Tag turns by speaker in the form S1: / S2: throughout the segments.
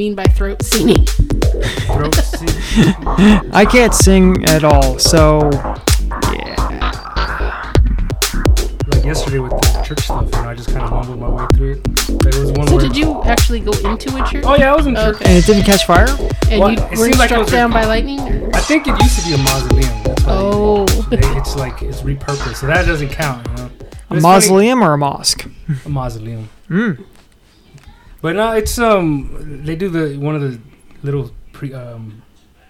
S1: mean by throat singing?
S2: Throat sing-
S3: I can't sing at all, so yeah.
S2: like yesterday with the church stuff, you know, I just kind of mumbled my way through it. Like, there was one
S1: So
S2: where-
S1: did you actually go into a church?
S2: Oh yeah, I was in church.
S1: Okay.
S3: And it didn't catch fire.
S1: And
S2: Well,
S1: you
S2: it
S1: were
S2: seemed
S1: you
S2: like
S1: struck
S2: I was
S1: down
S2: re-
S1: by lightning? or-
S2: I think it used to be a mausoleum. That's why
S1: Oh.
S2: they- it's like it's repurposed, so that doesn't count. You know?
S3: A
S2: It's funny-
S3: mausoleum or a mosque?
S2: a mausoleum.
S3: Mm.
S2: But no, it's um they do the one of the little pre, um,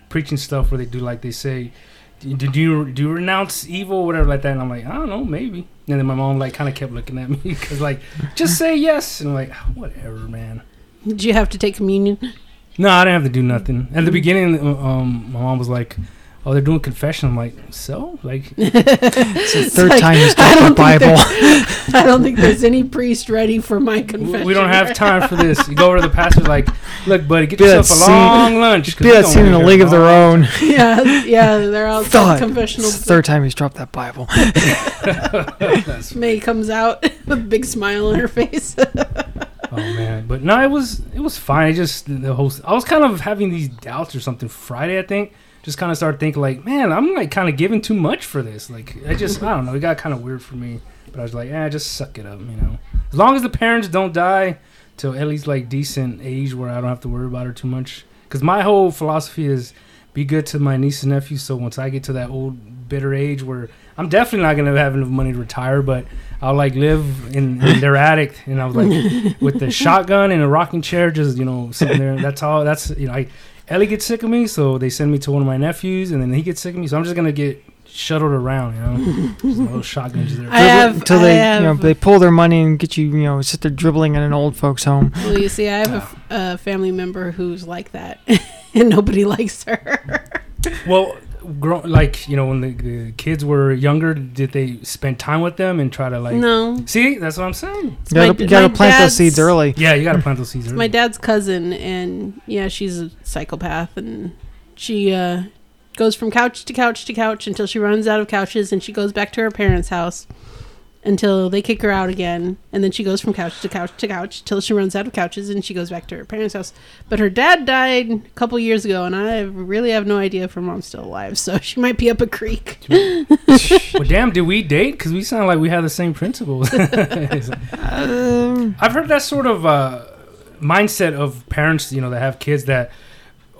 S2: preaching stuff where they do like they say, did you do you renounce evil whatever like that? And I'm like I don't know maybe. And then my mom like kind of kept looking at me because like just say yes. And I'm like "Ah, whatever man.
S1: Did you have to take communion?
S2: No, I didn't have to do nothing. At
S3: Hmm.
S2: the beginning, um, my mom was like, "Oh, they're doing confession." I'm like, "So, like,
S3: It's the
S1: It's
S3: third
S1: like,
S3: time he's
S1: I
S3: got the
S1: don't think
S3: Bible.
S1: I don't think there's any priest ready for my
S2: w-
S1: confession.
S2: we don't have time for this." You go over to the pastor, like, "Look, buddy, get
S3: Be that
S2: yourself a
S3: scene-
S2: long lunch." 'cause
S3: Be
S2: we
S3: that
S2: don't
S3: scene in
S2: wanna
S3: a
S2: hear
S3: league of their
S2: long-
S3: own.
S1: yeah, yeah, they're all
S3: Thought.
S1: confessional.
S3: It's the third time he's dropped that Bible.
S2: That's-
S1: May comes out with a big smile on her face.
S2: oh man, but no, it was it was fine. I just the whole I was kind of having these doubts or something Friday, I think. Just kind of started thinking like, man, I'm like kind of giving too much for this. Like, I just I don't know. It got kind of weird for me, but I was like, eh, just suck it up, you know. As long as the parents don't die till at least like decent age where I don't have to worry about her too much. Because my whole philosophy is be good to my niece and nephew. So once I get to that old bitter age where I'm definitely not gonna have enough money to retire, but I'll like live in, in their attic and I was like with the shotgun and a rocking chair, just you know sitting there. That's all. That's you know. I, Ellie gets sick of me, so they send me to one of my nephews, and then he gets sick of me, so I'm just gonna get shuttled around, you know. just my little shotgun just there.
S1: I have-
S3: Until
S1: I
S3: they,
S1: have-
S3: you know, they pull their money and get you, you know, sit there dribbling in an old folks' home.
S1: well, you see, I have a f- a, family member who's like that, and nobody likes her.
S2: Well, grow, like you know, when the, the kids were younger, did they spend time with them and try to like?
S1: no,
S2: See, that's what I'm saying.
S1: It's
S3: You gotta,
S1: my-
S3: you gotta
S1: my
S3: plant those
S1: dad's-
S3: seeds early.
S2: Yeah, you gotta plant those seeds.
S1: It's
S2: early.
S1: my dad's cousin, and yeah, she's a psychopath, and she uh, goes from couch to couch to couch until she runs out of couches, and she goes back to her parents' house until they kick her out again, and then she goes from couch to couch to couch till she runs out of couches, and she goes back to her parents' house. But her dad died a couple years ago, and I really have no idea if her mom's still alive, so she might be up a creek.
S2: well, damn, did we date? Because we sound like we have the same principles. I've
S3: Um,
S2: heard that sort of uh, mindset of parents, you know, that have kids that,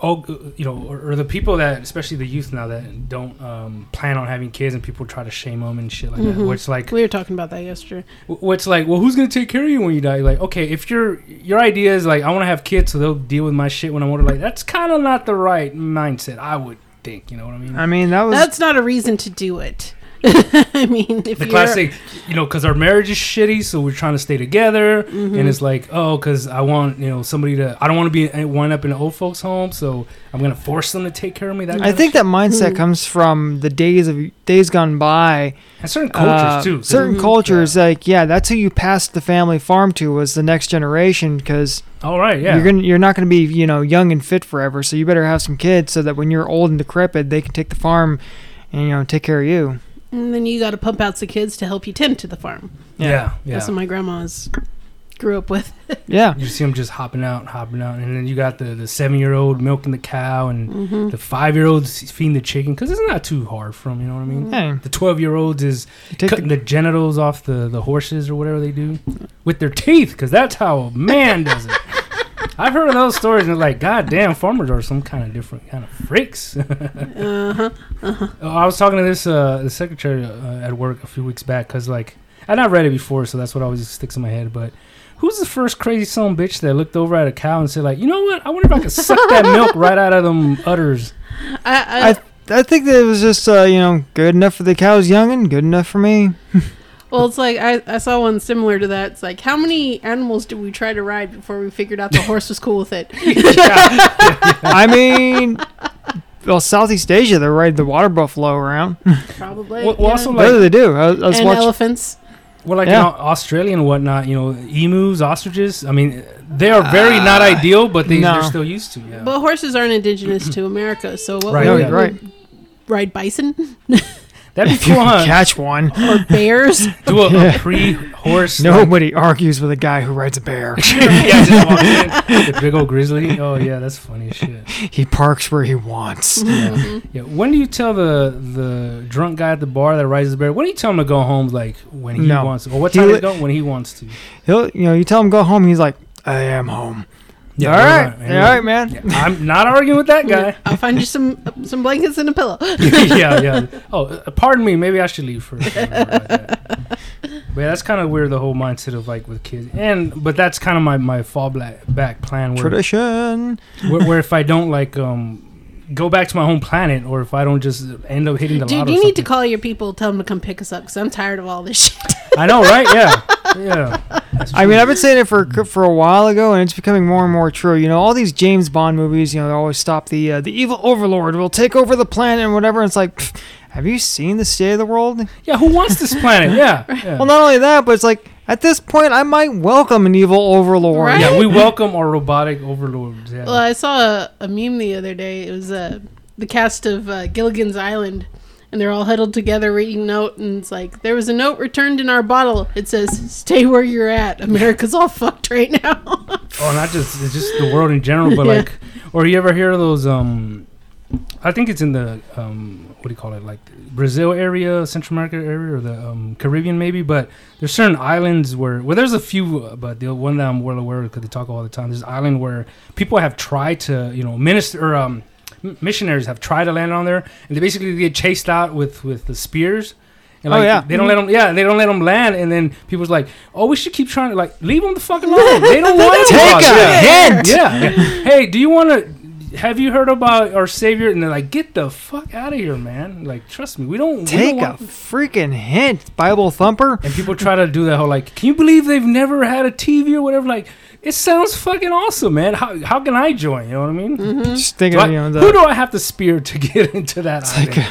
S2: oh, you know, or, or the people that, especially the youth now, that don't um, plan on having kids, and people try to shame them and shit like that.
S1: Mhm.
S2: Where it's like,
S1: We were talking about that yesterday.
S2: what's like, well, who's gonna take care of you when you die? Like, okay, if your your idea is like, I want to have kids, so they'll deal with my shit when I'm older. Like, that's kind of not the right mindset, I would think. You know what I mean?
S3: I mean, that was
S1: That's not a reason to do it. I mean, if
S2: the
S1: you're,
S2: classic, you know, because our marriage is shitty, so we're trying to stay together,
S1: Mm-hmm.
S3: Mm-hmm.
S2: and it's like, oh, because I want, you know, somebody to, I don't want to be wind up in an old folks' home, so I'm gonna force them to take care of me. That
S3: I
S2: kind of
S3: think that mindset
S1: Mm.
S3: comes from the days of days gone by.
S2: shit. and certain cultures
S3: Uh,
S2: too. so-
S3: Certain
S1: Mhm.
S3: cultures, like yeah, that's who you passed the family farm to was the next generation because
S2: all right, yeah,
S3: you're gonna you're not gonna be you know young and fit forever. So you better have some kids so that when you're old and decrepit, they can take the farm and you know take care of you.
S1: And then you got to pump out the kids to help you tend to the farm.
S2: yeah, yeah.
S1: That's what my grandma's grew up with.
S3: Yeah,
S2: You see them just hopping out, hopping out, and then you got the the seven year old milking the cow, and
S1: Mm-hmm.
S2: the five year old feeding the chicken, because it's not too hard for them. You know what I mean?
S3: hey,
S2: The twelve year olds is
S3: take
S2: cutting
S3: the,
S2: the genitals off the, the horses or whatever they do with their teeth because that's how a man does it. I've heard of those stories and it's like, God damn, farmers are some kind of different kind of freaks.
S1: Uh-huh.
S2: Oh, I was talking to this uh, the secretary uh, at work a few weeks back because like and I read it before, so that's what always sticks in my head. But who's the first crazy son of a bitch that looked over at a cow and said like, you know what? I wonder if I could suck that milk right out of them udders.
S1: I, I,
S3: I- I think that it was just uh, you know good enough for the cows, youngin, good enough for me.
S1: well, it's like I, I saw one similar to that. It's like, how many animals did we try to ride before we figured out the horse was cool with it?
S2: Yeah.
S3: I mean, well, Southeast Asia they ride the water buffalo around.
S1: Probably.
S2: Well, well, also,
S3: What
S2: Like-
S3: do they do? I, I was
S1: and
S3: watching.
S1: elephants.
S2: Well, like
S3: Yeah.
S2: in Au- Australia and whatnot, you know, emus, ostriches. I mean, they are very not ideal, but they,
S3: no.
S2: they're still used to. Yeah.
S1: But horses aren't indigenous to America, so what
S2: Right,
S1: would
S3: no,
S1: we
S2: yeah.
S3: right.
S1: ride bison?
S2: That'd be
S3: If you
S2: cool,
S3: can
S2: huh?
S3: catch one,
S1: or bears.
S2: Do a,
S3: Yeah.
S2: a pre-horse. like,
S3: nobody argues with a guy who rides a bear.
S2: yeah, just walk in. The big old grizzly. Oh yeah, that's funny as shit.
S3: he parks where he wants.
S2: Yeah.
S1: Mm-hmm.
S2: yeah. When do you tell the the drunk guy at the bar that rides the bear? When do you tell him to go home? Like when he
S3: No.
S2: wants to, or what
S3: He
S2: time
S3: li-
S2: to go when he wants to?
S3: He'll, you know, you tell him go home. He's like, I am home. all
S2: you're
S3: right,
S2: you're
S3: all right, man.
S2: Yeah, I'm not arguing with that guy.
S1: I'll find you some some blankets and a pillow.
S2: yeah, yeah. Oh, uh, pardon me. Maybe I should leave first. or whatever like that. But yeah, that's kind of where the whole mindset of like with kids, and but that's kind of my my fallback back plan. Where
S3: Tradition.
S2: where, where if I don't like um go back to my home planet, or if I don't just end up hitting the
S1: Dude,
S2: lotto
S1: you
S2: or
S1: need to
S2: something.
S1: call your people, tell them to come pick us up because I'm tired of all this shit.
S2: I know, right? Yeah, yeah. That's
S3: I mean,
S2: true.
S3: I've been saying it for for a while ago, and it's becoming more and more true. You know, all these James Bond movies, you know, they always stop the uh, the evil overlord will take over the planet and whatever. And it's like, pfft, have you seen the state of the world?
S2: yeah. Who wants this planet? Yeah, yeah.
S3: Well, not only that, but it's like at this point, I might welcome an evil overlord.
S1: Right?
S2: yeah, we welcome our robotic overlords. Yeah.
S1: Well, I saw a, a meme the other day. It was uh, the cast of uh, Gilligan's Island, and they're all huddled together reading a note, and it's like, there was a note returned in our bottle. It says, stay where you're at. America's all fucked right now.
S2: Oh, not just it's just the world in general, but
S1: Yeah.
S2: like, or you ever hear those? Um, I think it's in the um, what do you call it? Like Brazil area, Central America area, or the um, Caribbean maybe. But there's certain islands where well, there's a few, uh, but the one that I'm well aware of because they talk all the time. There's an island where people have tried to, you know, minister or um, m- missionaries have tried to land on there, and they basically get chased out with with the spears. And
S3: Oh,
S2: like,
S3: yeah.
S2: they don't let them. Yeah, they don't let them land, and then people's like, "Oh, we should keep trying to like leave them the fuck alone. They don't want to
S3: Take
S2: cross."
S3: a
S2: yeah.
S3: hint.
S2: Yeah. Hey, do you want to? Have you heard about our savior? And they're like, "Get the fuck out of here, man! Like, trust me, we don't
S3: Take
S2: we
S3: a
S2: don't want-"
S3: freaking hint, Bible thumper.
S2: And people try to do that whole like, "Can you believe they've never had a TV or whatever?" Like, it sounds fucking awesome, man. How how can I join? You know what I mean?
S1: Mm-hmm.
S3: Just think
S2: Do
S3: of
S2: I-
S3: you know
S2: who
S3: the.
S2: do I have to spear to get into that?
S3: It's
S2: island?
S3: like,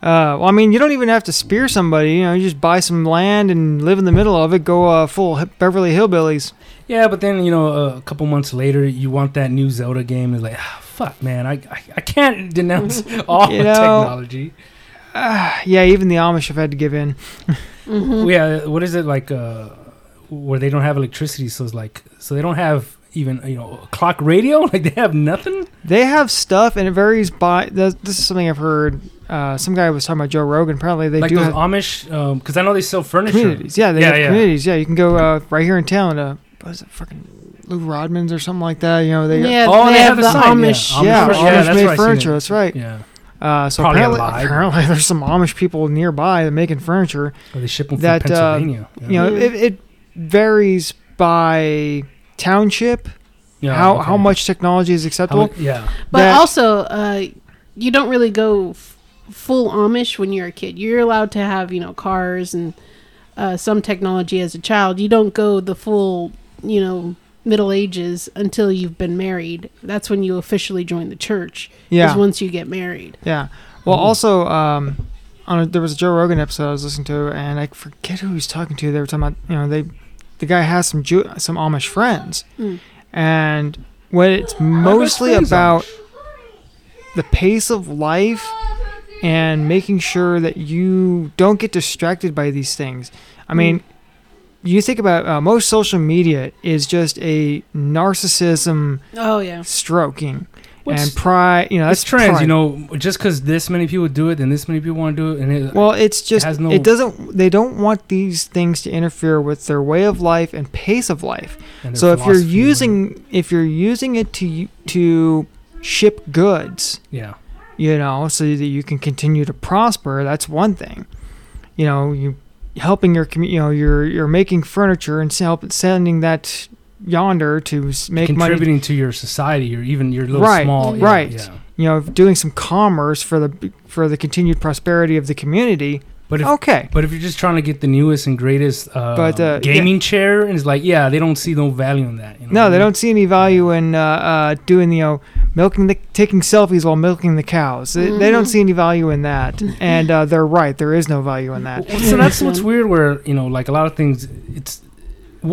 S3: uh, well, I mean, you don't even have to spear somebody. You know, you just buy some land and live in the middle of it. Go uh, full hi- Beverly Hillbillies.
S2: Yeah, but then you know, uh, a couple months later, you want that new Zelda game, and like, ah, fuck, man, I, I, I can't denounce all
S3: You
S2: the
S3: know-
S2: technology.
S3: Ah, yeah, even the Amish have had to give in.
S1: Mhm.
S2: Yeah, what is it like? Uh, where they don't have electricity, so it's like, so they don't have even you know a clock radio, like they have nothing.
S3: They have stuff, and it varies by. th- This is something I've heard. Uh, some guy was talking about Joe Rogan. Apparently, they
S2: like
S3: do
S2: those
S3: have
S2: Amish, because I know they sell furniture.
S3: communities. Yeah, they
S2: Yeah,
S3: have
S2: yeah.
S3: communities. Yeah, you can go uh, right here in town to what is it, fucking Lou Rodman's or something like that. You know, they
S1: Yeah,
S2: Oh,
S1: they,
S2: they
S1: have,
S2: have a
S1: the
S2: sign, yeah.
S1: Amish.
S2: Amish
S3: yeah,
S2: furniture.
S3: Amish
S2: Yeah, that's
S3: made
S2: where I seen
S3: furniture.
S2: it.
S3: That's right.
S2: Yeah,
S3: Uh, so
S2: Probably
S3: apparently,
S2: alive.
S3: apparently, there's some Amish people nearby that making furniture.
S2: or they ship them from
S3: That, uh,
S2: Pennsylvania. yeah.
S3: You know,
S1: Mhm.
S3: it, it varies by township.
S2: Yeah,
S3: how
S2: okay.
S3: how much technology is
S2: How mu-
S3: acceptable?
S2: yeah,
S1: But
S3: that-
S1: also, uh, you don't really go f- full Amish when you're a kid. You're allowed to have, you know, cars and uh, some technology as a child. You don't go the full, you know, Middle Ages until you've been married. That's when you officially join the church.
S3: yeah,
S1: Is once you get married.
S3: Yeah. Well,
S2: Ooh.
S3: also, um, on a, there was a Joe Rogan episode I was listening to, and I forget who he was talking to. They were talking about, you know, they, the guy has some Jew, some Amish friends,
S1: Mm.
S3: and what it's
S2: Our best
S3: mostly
S2: friends
S3: about
S2: Amish.
S3: the pace of life and making sure that you don't get distracted by these things. I mean, you think about uh, most social media is just a narcissism
S1: Oh yeah.
S3: stroking
S2: What's-
S3: and pride. You know, that's
S2: it's trends,
S3: pride.
S2: you know. Just because this many people do it, then this many people want to do it, and it,
S3: Well, it's just
S2: has
S3: it,
S2: no-
S3: doesn't. They don't want these things to interfere with their way of life and pace of life.
S2: and their
S3: So if you're
S2: philosophy,
S3: using if you're using it to to ship goods,
S2: yeah,
S3: you know, so that you can continue to prosper, that's one thing. You know, you helping your commu- you know, you're you're making furniture and help sending that yonder to s- make money
S2: contributing to your society or even your little
S3: Right,
S2: small, yeah,
S3: right.
S2: Yeah.
S3: you know doing some commerce for the for the continued prosperity of the community
S2: But if
S3: okay
S2: but if you're just trying to get the newest and greatest uh,
S3: But, uh,
S2: gaming chair, and it's like, yeah, they don't see no value in that. You know what
S3: No,
S2: I
S3: they
S2: mean?
S3: don't see any value in uh, uh, doing you know milking the taking selfies while milking the cows. They, they don't
S1: Mhm.
S3: see any value in that, and uh, they're right. There is no value in that.
S2: Well, so that's what's
S1: Mhm.
S2: weird. Where you know, like a lot of things, it's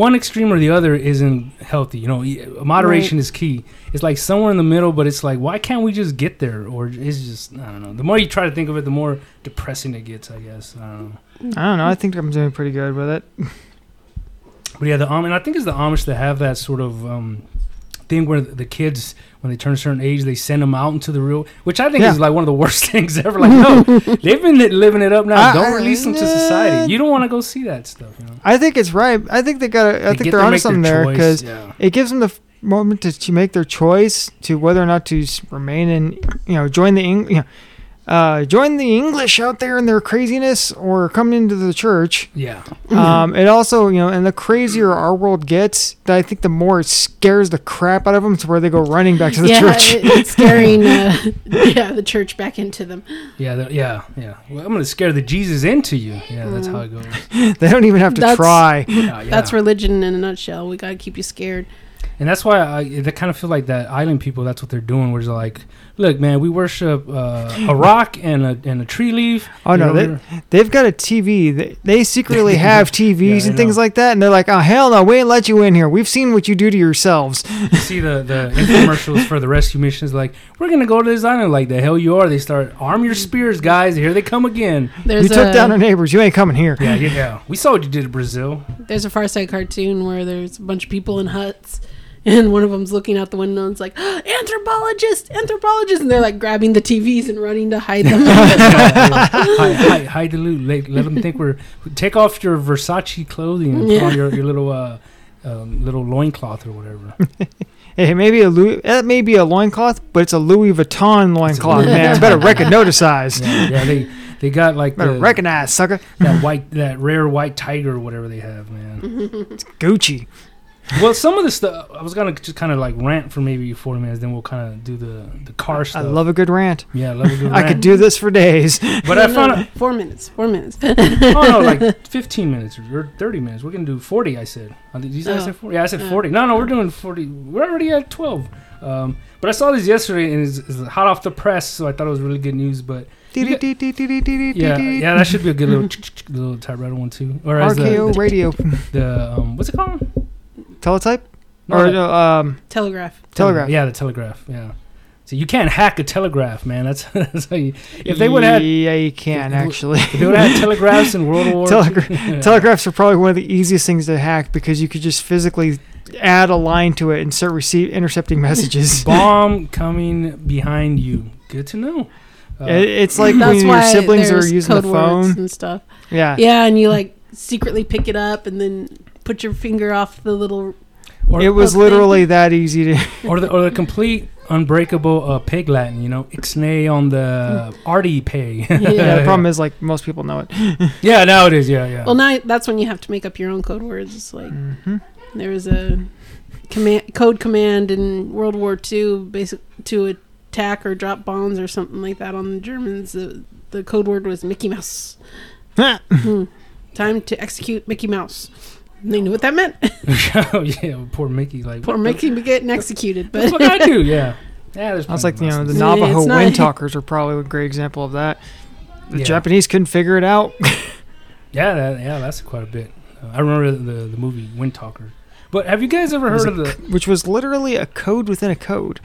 S2: one extreme or the other isn't healthy. You know, y- moderation is key. It's like somewhere in the middle, but it's like, why can't we just get there? Or it's just, I don't know. The more you try to think of it, the more depressing it gets, I guess. I don't know.
S3: I don't know. I think I'm doing pretty good with it.
S2: But yeah, the Amish, and I think it's the Amish that have that sort of um, thing where the kids, when they turn a certain age, they send them out into the real, which I think
S3: Yeah.
S2: is like one of the worst things ever. Like, no, they've been living it up now.
S3: I-
S2: don't
S3: I-
S2: release them to
S3: nah.
S2: society. You don't want to go see that stuff. You know?
S3: I think it's right. I think they got. I
S2: They get
S3: think they're
S2: to make
S3: onto
S2: their
S3: something there
S2: choice,
S3: because
S2: yeah.
S3: it gives them the f- moment to, to make their choice to whether or not to s- remain in, you know, join the Eng- you know, uh, join the English out there in their craziness or come into the church.
S2: yeah.
S3: Um, it also, you know, and the crazier our world gets, that I think the more it scares the crap out of them to where they go running back to the
S1: yeah,
S3: church.
S1: it- it's scaring uh, yeah the church back into them.
S2: Yeah, the, yeah, yeah. Well, I'm gonna scare the Jesus into you. Yeah, that's
S1: Mm.
S2: how it goes.
S3: they don't even have to
S1: That's-
S3: try.
S2: Yeah, yeah.
S1: That's religion in a nutshell. We gotta keep you scared.
S2: and that's why I, I kind of feel like that island people. That's what they're doing. Where it's like, look, man, we worship uh, a rock and a and a tree leaf.
S3: Oh, no,
S2: You know,
S3: They've got a TV. They, they secretly have TVs
S2: I
S3: and things
S2: know.
S3: like that, and they're like, "Oh hell no, we ain't let you in here. We've seen what you do to yourselves."
S2: you see the the infomercials for the rescue missions. Like, we're gonna go to this island. Like the hell you are. They start arm your spears, guys. Here they come again.
S1: There's
S3: you took
S1: a,
S3: down our neighbors. You ain't coming here.
S2: Yeah, yeah, yeah. We saw what you did to Brazil.
S1: There's a Far Side cartoon where there's a bunch of people in huts, and one of them's looking out the window and it's like, "Ah, anthropologist, anthropologist, and they're like grabbing the TVs and running to hide them.
S2: hide, hide, hide the loot. Let, let them think we're. Take off your Versace clothing and put on
S1: Yeah.
S2: your, your little uh, um, little loincloth or whatever.
S3: Hey, maybe a Louis, that may be a loincloth, but it's a Louis Vuitton loincloth, man. Better recognize. size.
S2: yeah, yeah, they they got like
S3: Better
S2: the,
S3: recognize, sucker.
S2: that white that rare white tiger or whatever they have, man.
S3: Gucci.
S2: well, some of the stuff I was gonna just kind of like rant for maybe forty minutes, then we'll kind of do the the car
S3: I
S2: stuff.
S3: love a good rant.
S2: yeah, I love a good
S3: I could
S2: rant.
S3: do this for days.
S2: but
S1: No,
S2: I
S1: no,
S2: found
S1: no,
S2: out,
S1: four minutes, four minutes.
S2: oh no, like fifteen minutes or thirty minutes. We're gonna do forty. I said. Uh, Did you say I
S1: Oh.
S2: said forty? Yeah, I said
S1: Oh.
S2: forty. No, no, we're doing forty. We're already at twelve. Um, but I saw this yesterday and it's, it's hot off the press, so I thought it was really good news. But yeah, yeah, that should be a good little little typewriter one too. Or as uh, the,
S3: RKO
S2: the,
S3: radio.
S2: the um, what's it called?
S3: Teletype?
S2: No,
S3: or
S2: the-
S3: no, um,
S1: Telegraph.
S3: Telegraph.
S2: Yeah, the telegraph. Yeah. So you can't hack a telegraph, man. That's, that's how you. If they would have,
S3: Yeah, you can, actually.
S2: if they would have telegraphs in World War.
S3: Telegra-
S2: Yeah.
S3: Telegraphs are probably one of the easiest things to hack because you could just physically add a line to it and start receive intercepting messages.
S2: Bomb coming behind you. Good to know. Uh,
S3: It- it's like when
S1: That's
S3: your
S1: why
S3: siblings are
S1: there's
S3: using the
S1: code words
S3: phone.
S1: and stuff.
S3: Yeah.
S1: Yeah, and you like secretly pick it up and then put your finger off the little.
S2: or,
S3: It was
S1: Oh, thank
S3: literally that easy to.
S2: or the or the complete unbreakable uh, pig Latin. You know, ixnay on the arty pay.
S3: Mm. Yeah, the
S1: Yeah.
S3: problem is like most people know it.
S2: yeah, now it is. Yeah, yeah.
S3: Oh.
S1: Well, now that's when you have to make up your own code words. It's like
S2: Mm-hmm.
S3: hmm
S1: there was a command code command in World War II, basic to attack or drop bombs or something like that on the Germans. The, the code word was Mickey Mouse. Hmm. Time to execute Mickey Mouse. And They knew what that meant.
S2: oh, yeah. Poor Mickey. Like
S1: Poor
S2: what
S1: Mickey be getting executed, but
S2: The fuck I do. Yeah. Yeah. There's
S3: I was
S2: plenty
S3: like,
S2: of
S3: you know,
S2: nonsense.
S3: the
S1: Yeah, it's
S3: Navajo
S1: not-
S3: wind talkers are probably a great example of that. The
S2: Yeah.
S3: Japanese couldn't figure it out.
S2: Yeah, that, yeah, that's quite a bit. Uh, I remember the the movie Wind Talker. But have you guys ever
S3: Was
S2: heard
S3: it
S2: of the?
S3: which was literally a code within a code.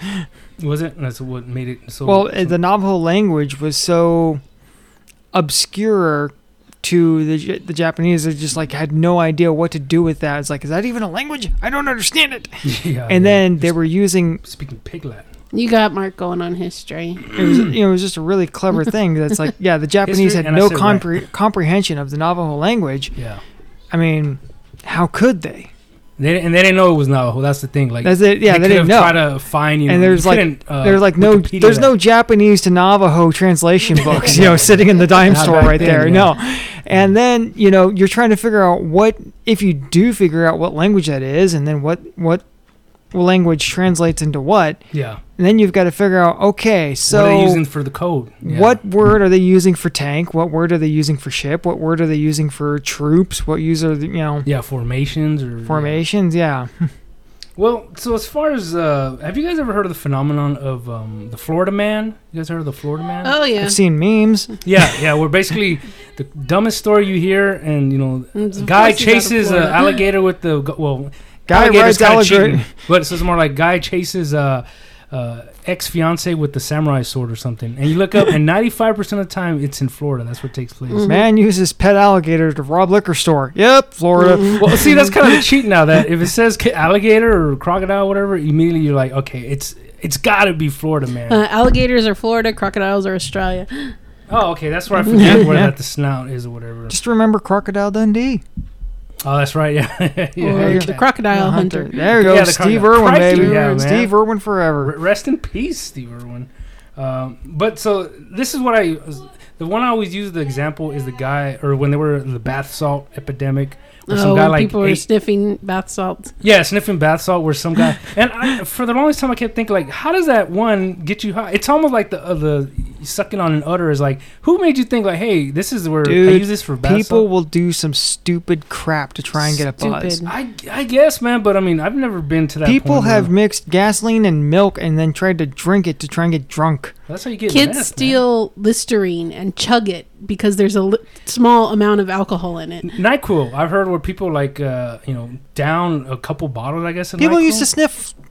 S2: Was it? That's what made it so.
S3: well,
S2: so-
S3: uh the Navajo language was so obscure to the J- the Japanese, they just like had no idea what to do with that. It's like, is that even a language? I don't understand it.
S2: yeah,
S3: And
S2: yeah.
S3: then they
S2: Sp-
S3: were using
S2: speaking pig Latin.
S1: you got Mark going on history.
S3: it was you know it was just a really clever thing. That's like, yeah, the Japanese
S2: History,
S3: had
S2: and I
S3: no
S2: said right.
S3: compre- comprehension of the Navajo language.
S2: Yeah.
S3: I mean, how could they?
S2: They, and they didn't know it was Navajo. That's the thing. Like,
S3: That's it. Yeah, they, didn't know.
S2: Try to find you.
S3: And
S2: know, you
S3: there's, like-
S2: couldn't, uh,
S3: there's like no
S2: Wikipedia
S3: there's
S2: that.
S3: no Japanese to Navajo translation books, you know, sitting in the dime
S2: Not
S3: store
S2: back
S3: right
S2: then,
S3: there.
S2: yeah.
S3: No. And then, you know, you're trying to figure out what if you do figure out what language that is and then what what language translates into what,
S2: Yeah.
S3: and then you've got to figure out okay,
S2: So what are they
S3: so
S2: using for the code? Yeah.
S3: what word are they using for tank? What word are they using for ship? What word are they using for troops? What use are the, you know
S2: Yeah, formations or
S3: formations? Yeah.
S2: Well, so as far as uh, have you guys ever heard of the phenomenon of um, the Florida Man? You guys heard of the Florida Man?
S1: Oh yeah,
S3: I've seen memes.
S2: Yeah, yeah. We're basically the dumbest story you hear, and you know,
S1: Mm,
S2: a
S1: of
S2: guy
S1: course he's out of
S2: chases uh, an
S1: Florida.
S2: alligator with the gu- well,
S3: Guy
S2: alligator's
S3: rides
S2: kinda
S3: alligator.
S2: cheating, but it's more like guy chases uh, uh, ex fiance with the samurai sword or something, and you look up, and ninety five percent of the time it's in Florida. That's what takes place.
S1: Mhm.
S3: Man uses pet alligator to rob liquor store. Yep, Florida.
S1: Mm-hmm.
S2: Well, see, that's kind of the cheat now. That if it says ca- alligator or crocodile, or whatever, immediately you're like, okay, it's it's got to be Florida, man.
S1: Uh, alligators are Florida, crocodiles are Australia.
S2: oh, okay, that's where I forget where
S3: Yeah.
S2: that the snout is or whatever.
S3: Just remember Crocodile Dundee.
S2: Oh, that's right. Yeah, yeah.
S1: or
S3: yeah.
S1: the crocodile hunter.
S3: There you go,
S2: Uh-huh. Yeah, the
S3: Steve
S2: crocodile.
S3: Irwin,
S2: Crikey,
S3: baby.
S2: yeah, man.
S3: Steve Irwin forever.
S2: R- Rest in peace, Steve Irwin. Um, but so this is what I the one I always use the example is the guy or when they were in the bath salt epidemic. Where
S1: Oh,
S2: some guy
S1: when
S2: like
S1: people were
S2: ate-
S1: sniffing bath salts.
S2: yeah, sniffing bath salt where some guy and I, for the longest time I kept thinking like, how does that one get you high? It's almost like the uh, the sucking on an udder is like, who made you think like, hey, this is where I
S3: Dude,
S2: use this for bath
S3: People
S2: salt?
S3: will do some stupid crap to try and get a buzz.
S1: Stupid.
S2: I, I guess, man, but I mean, I've never been to that.
S3: People
S2: point where-
S3: have mixed gasoline and milk and then tried to drink it to try and get drunk.
S2: that's how you get
S1: Kids
S2: meth, man.
S1: steal Listerine and chug it because there's a li- small amount of alcohol in it.
S2: Nyquil. I've heard where people like uh, you know down a couple bottles. I guess of
S3: People used
S2: NyQuil.
S3: to sniff
S2: Glue?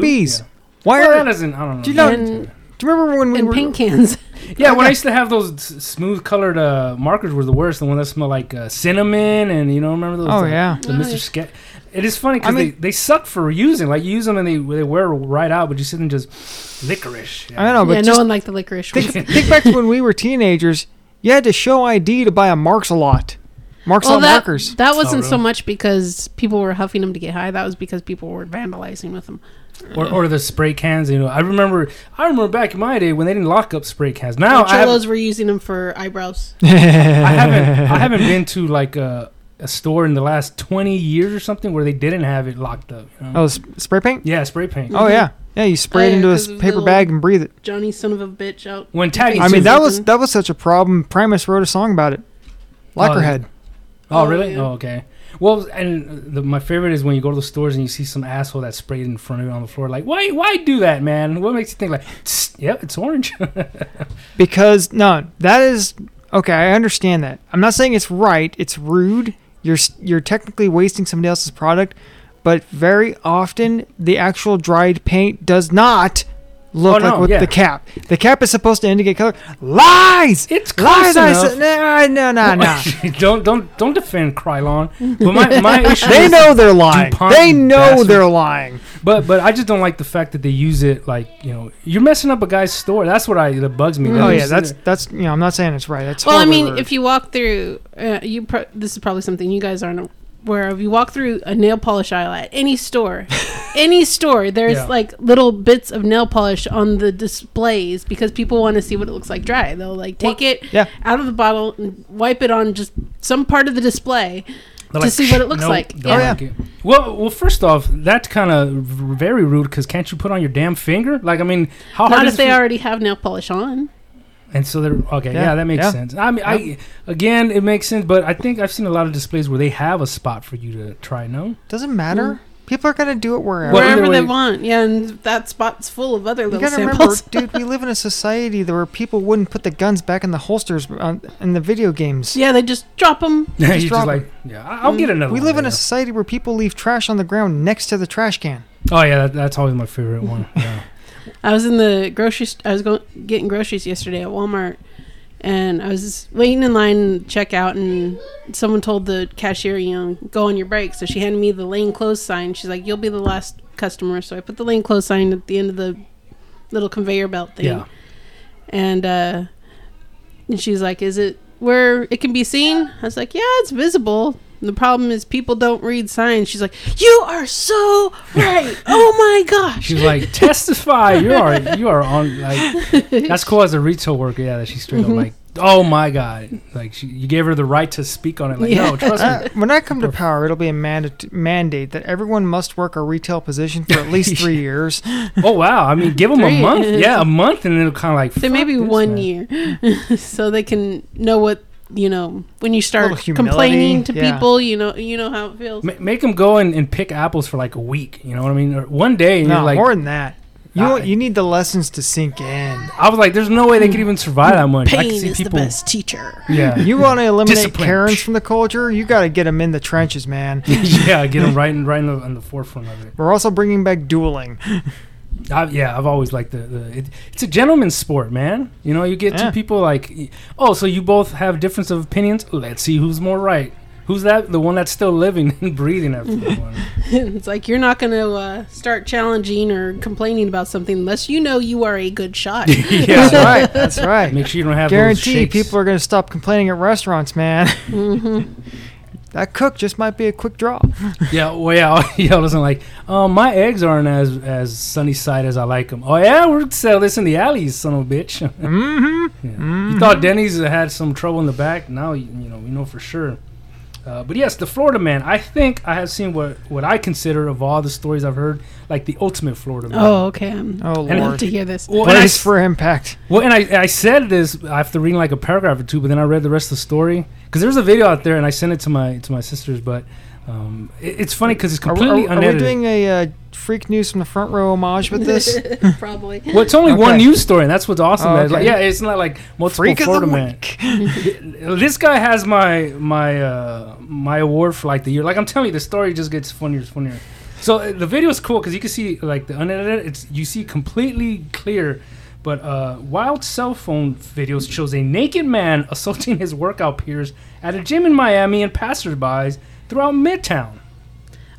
S3: Sharpies.
S2: Yeah.
S3: Why
S2: Well, that
S3: are?
S2: doesn't. I don't know.
S3: Do you know-
S1: And-
S3: Do you remember when we
S1: And
S3: were?
S1: paint cans.
S2: yeah, when I used to have those s- smooth colored uh, markers were the worst. The one that smelled like uh, cinnamon and you know remember those?
S3: Oh
S2: uh,
S3: yeah.
S2: The
S1: Oh,
S2: Mr.
S1: yeah.
S2: Sketch. It is funny
S3: I
S2: because
S3: mean-
S2: they, they suck for using. Like you use them and they they wear right out, but you sit and just licorice. Yeah.
S3: I don't know, but
S1: yeah, no
S3: just
S1: one liked the licorice. one.
S3: think, think back to when we were teenagers. You had to show ID to buy a Marks a lot. Marks a lot
S1: that,
S3: markers.
S1: that wasn't so
S2: really?
S1: much because people were huffing them to get high. That was because people were vandalizing with them.
S2: Or, or the spray cans. You know, I remember I remember back in my day when they didn't lock up spray cans. Now
S1: Oh,
S2: I have,
S1: Cholos were using them for eyebrows.
S2: I haven't I haven't been to like a, a store in the last twenty years or something where they didn't have it locked up. You know?
S3: Oh, sp- spray paint.
S2: Yeah, spray paint.
S3: Oh yeah, yeah. You spray
S1: Mm-hmm. Oh, yeah,
S3: it into a
S1: 'cause
S3: s-
S1: of the
S3: paper
S1: little-
S3: bag and breathe it.
S1: Johnny, son of a bitch, out.
S2: When tagging,
S3: I
S2: too.
S3: mean, that
S1: something.
S3: was that was such a problem. Primus wrote a song about it. Lockerhead.
S2: Oh,
S1: Oh,
S2: really?
S1: yeah.
S2: Oh, okay. Well, and the, my favorite is when you go to the stores and you see some asshole that's sprayed in front of you on the floor. Like, why? Why do that, man? What makes you think like, "Tss, yep, it's orange?
S3: because no, that is okay. I understand that. I'm not saying it's right. It's rude. You're s- you're technically wasting somebody else's product, but very often the actual dried paint does not look
S2: Oh,
S3: like
S2: no,
S3: what
S2: yeah.
S3: the cap. The cap is supposed to indicate color. Lies.
S2: it's
S3: Lies.
S2: close
S3: I
S2: enough.
S3: said. No, no, no, no.
S2: don't don't don't defend Krylon. But my, my issue
S3: They
S2: is-
S3: know they're lying.
S2: DuPont
S3: They
S2: you
S3: know
S2: bastard.
S3: they're lying.
S2: But but I just don't like the fact that they use it like you know you're messing up a guy's store. That's what I that bugs me.
S3: Oh
S2: They
S3: yeah,
S2: sit
S3: that's
S2: there-
S3: that's you know I'm not saying it's right. That's
S1: Well, I
S3: horribly
S1: mean,
S3: rude.
S1: if you walk through, uh, you pro- this is probably something you guys aren't aware of. You walk through a nail polish aisle at any store, any store. There's
S2: Yeah.
S1: like little bits of nail polish on the displays because people want to see what it looks like dry. They'll like take it
S3: Yeah.
S1: out of the bottle and wipe it on just some part of the display.
S2: They're
S1: to see what it looks
S2: "Nope,
S1: like." Oh,
S2: don't
S3: Yeah.
S2: like it. Well, well, first off, that's kind of very rude because can't you put on your damn finger? Like, I mean, how hard
S1: Not
S2: is
S1: if they
S2: it for-
S1: already have nail polish on.
S2: And so they're okay. Yeah,
S3: Yeah,
S2: that makes
S3: yeah.
S2: sense. I mean, I again, it makes sense, but I think I've seen a lot of displays where they have a spot for you to try. No,
S3: doesn't matter. People are gonna do it wherever.
S2: Well,
S1: Wherever
S2: either
S1: they
S2: way-
S1: want. Yeah, and that spot's full of other
S3: You
S1: little
S3: gotta
S1: samples.
S3: remember, dude, we live in a society that where people wouldn't put the guns back in the holsters on, in the video games.
S1: Yeah, they just drop them.
S2: you're
S3: Just
S2: just
S3: drop
S2: like, yeah, I- I'll get another.
S3: We
S2: one
S3: live in a
S2: later."
S3: society where people leave trash on the ground next to the trash can.
S2: Oh yeah, that, that's always my favorite one. Yeah.
S1: I was in the grocery. St- I was going getting groceries yesterday at Walmart, and I was waiting in line to check out, and someone told the cashier, you know, go on your break. So she handed me the lane closed sign. She's like, "You'll be the last customer." So I put the lane closed sign at the end of the little conveyor belt thing,
S2: yeah.
S1: and uh, and she's like, "Is it where it can be seen?" I was like, "Yeah, it's visible." The problem is people don't read signs. She's like, "You are so right! oh my gosh!"
S2: She's like, testify. You are you are on like that's cool as a retail worker. Yeah, that she's straight
S3: Mm-hmm.
S2: up like, oh my god, like she, you gave her the right to speak on it. Like, no, trust me.
S3: Uh, when I come to power, it'll be a manda- mandate that everyone must work a retail position for at least three years.
S2: Oh wow, I mean, give them a
S1: Three
S2: month.
S1: years.
S2: Yeah, a month, and it'll kind of like.
S1: There
S2: fuck
S1: may be
S2: this,
S1: one
S2: man.
S1: year, so they can know what you know when you start
S3: Little humility,
S1: complaining to
S3: yeah.
S1: people, you know you know how it feels.
S2: Ma- make them go and, and pick apples for like a week. You know what I mean? Or one day, and
S3: No,
S2: you're like,
S3: more than that. You
S2: I-
S3: you need the lessons to sink in.
S2: I was like, there's no way they
S3: Hmm.
S2: could even survive that much. I
S1: Pain
S2: can see
S1: is
S2: people.
S1: the best teacher.
S2: Yeah,
S3: You want to eliminate
S2: Discipline.
S3: Karens from the culture? You got to get them in the trenches, man.
S2: yeah, get them right in right in the, on the forefront of it.
S3: We're also bringing back dueling.
S2: I, yeah, I've always liked the, the it, it's a gentleman's sport, man. You know, you get
S3: Yeah.
S2: two people like, y- oh, so you both have difference of opinions. Let's see who's more right. Who's that? The one that's still living and breathing after the one.
S1: it's like you're not going to uh, start challenging or complaining about something unless you know you are a good shot.
S2: yeah,
S3: That's right. That's right.
S2: Make sure you don't have
S3: Guarantee
S2: those shakes.
S3: people are going to stop complaining at restaurants, man.
S1: Mm-hmm.
S3: that cook just might be a quick draw.
S2: Yeah, well, yeah, yeah. Listen, like, um, my eggs aren't as as sunny side as I like them. Oh yeah, we're sell this in the alleys, son of a bitch.
S3: hmm
S2: Yeah. You thought Denny's had some trouble in the back? Now you, you know you know for sure. Uh, but yes, the Florida man. I think I have seen what what I consider of all the stories I've heard, like the ultimate Florida man.
S1: oh, okay. I'm,
S3: Oh
S1: I love
S3: lord.
S1: to hear this.
S2: Well, and I
S3: Place
S2: s-
S3: for impact.
S2: well, and I, I said this after reading like a paragraph or two, but then I read the rest of the story because there's a video out there, and I sent it to my to my sisters. But um, it, it's funny because it's
S3: Are we,
S2: completely
S3: are, are we
S2: unedited.
S3: doing a uh, freak news from the front row homage with this?
S1: Probably.
S2: Well, it's only one
S3: Okay.
S2: news story, and that's what's awesome.
S3: Oh,
S2: man. It's
S3: okay.
S2: like, yeah, it's not like multiple
S3: freak of
S2: Florida
S3: the
S2: man.
S3: week.
S2: This guy has my my uh, my award for like the year. Like I'm telling you, the story just gets funnier and funnier. So uh, the video is cool because you can see like the unedited. It's you see completely clear. But uh, wild cell phone videos shows a naked man assaulting his workout peers at a gym in Miami and passersby throughout Midtown.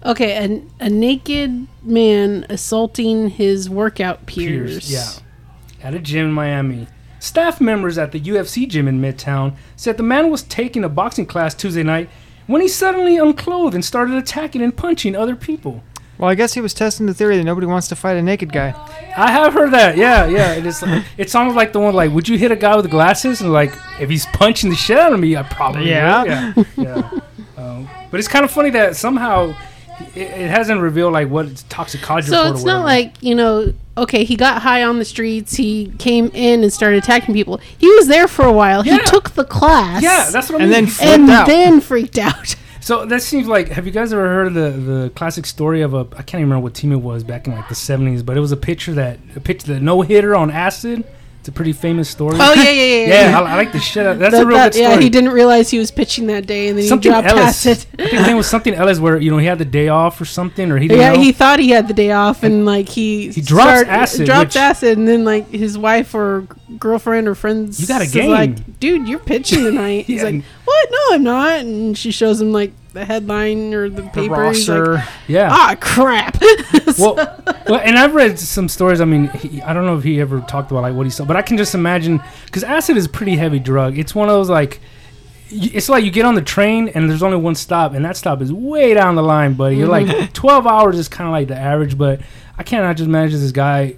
S1: Okay, an, a naked man assaulting his workout peers.
S2: Yeah. At a gym in Miami. Staff members at the UFC gym in Midtown said the man was taking a boxing class Tuesday night when he suddenly unclothed and started attacking and punching other people.
S3: Well, I guess he was testing the theory that nobody wants to fight a naked guy.
S2: I have heard that. Yeah, yeah. It is. It sounds like the one like, would you hit a guy with glasses? And like, if he's punching the shit out of me, I probably
S3: Yeah.
S2: would. yeah, yeah. Um, but it's kind of funny that somehow it, it hasn't revealed like what it's toxicology.
S1: So
S2: report or
S1: it's not
S2: whatever.
S1: like, you know, okay, he got high on the streets, he came in and started attacking people. He was there for a while. He
S2: Yeah.
S1: took the class.
S2: yeah, that's what I
S3: And
S2: mean.
S3: then flipped
S1: and
S3: out.
S1: then freaked out.
S2: So that seems like. Have you guys ever heard of the the classic story of a? I can't even remember what team it was back in like the seventies, but it was a pitcher that a pitcher the no hitter on acid. It's a pretty famous story.
S1: Oh yeah, yeah, yeah. yeah,
S2: yeah, I, I like the shit. Out. That's
S1: That-
S2: a real
S1: that-
S2: good story.
S1: Yeah, he didn't realize he was pitching that day, and then
S2: Something
S1: he dropped
S2: else.
S1: acid.
S2: I think his name was something else where you know he had the day off or something, or he didn't
S1: Yeah,
S2: know.
S1: he thought he had the day off, and like he
S2: He drops acid,
S1: dropped
S2: which-
S1: acid, and then like his wife or girlfriend or friends,
S2: You got a
S1: is like,
S2: game.
S1: dude, you're pitching tonight. He's
S2: Yeah.
S1: like, what? No, I'm not. And she shows him like the headline or the
S3: The
S1: paper. He's like,
S3: roster.
S2: yeah.
S1: ah, crap.
S2: well, well, and I've read some stories. I mean, he, I don't know if he ever talked about like what he saw, but I can just imagine because acid is a pretty heavy drug. It's one of those like, y- it's like you get on the train and there's only one stop, and that stop is way down the line, buddy. You're like twelve hours is kind of like the average, but I cannot just imagine this guy.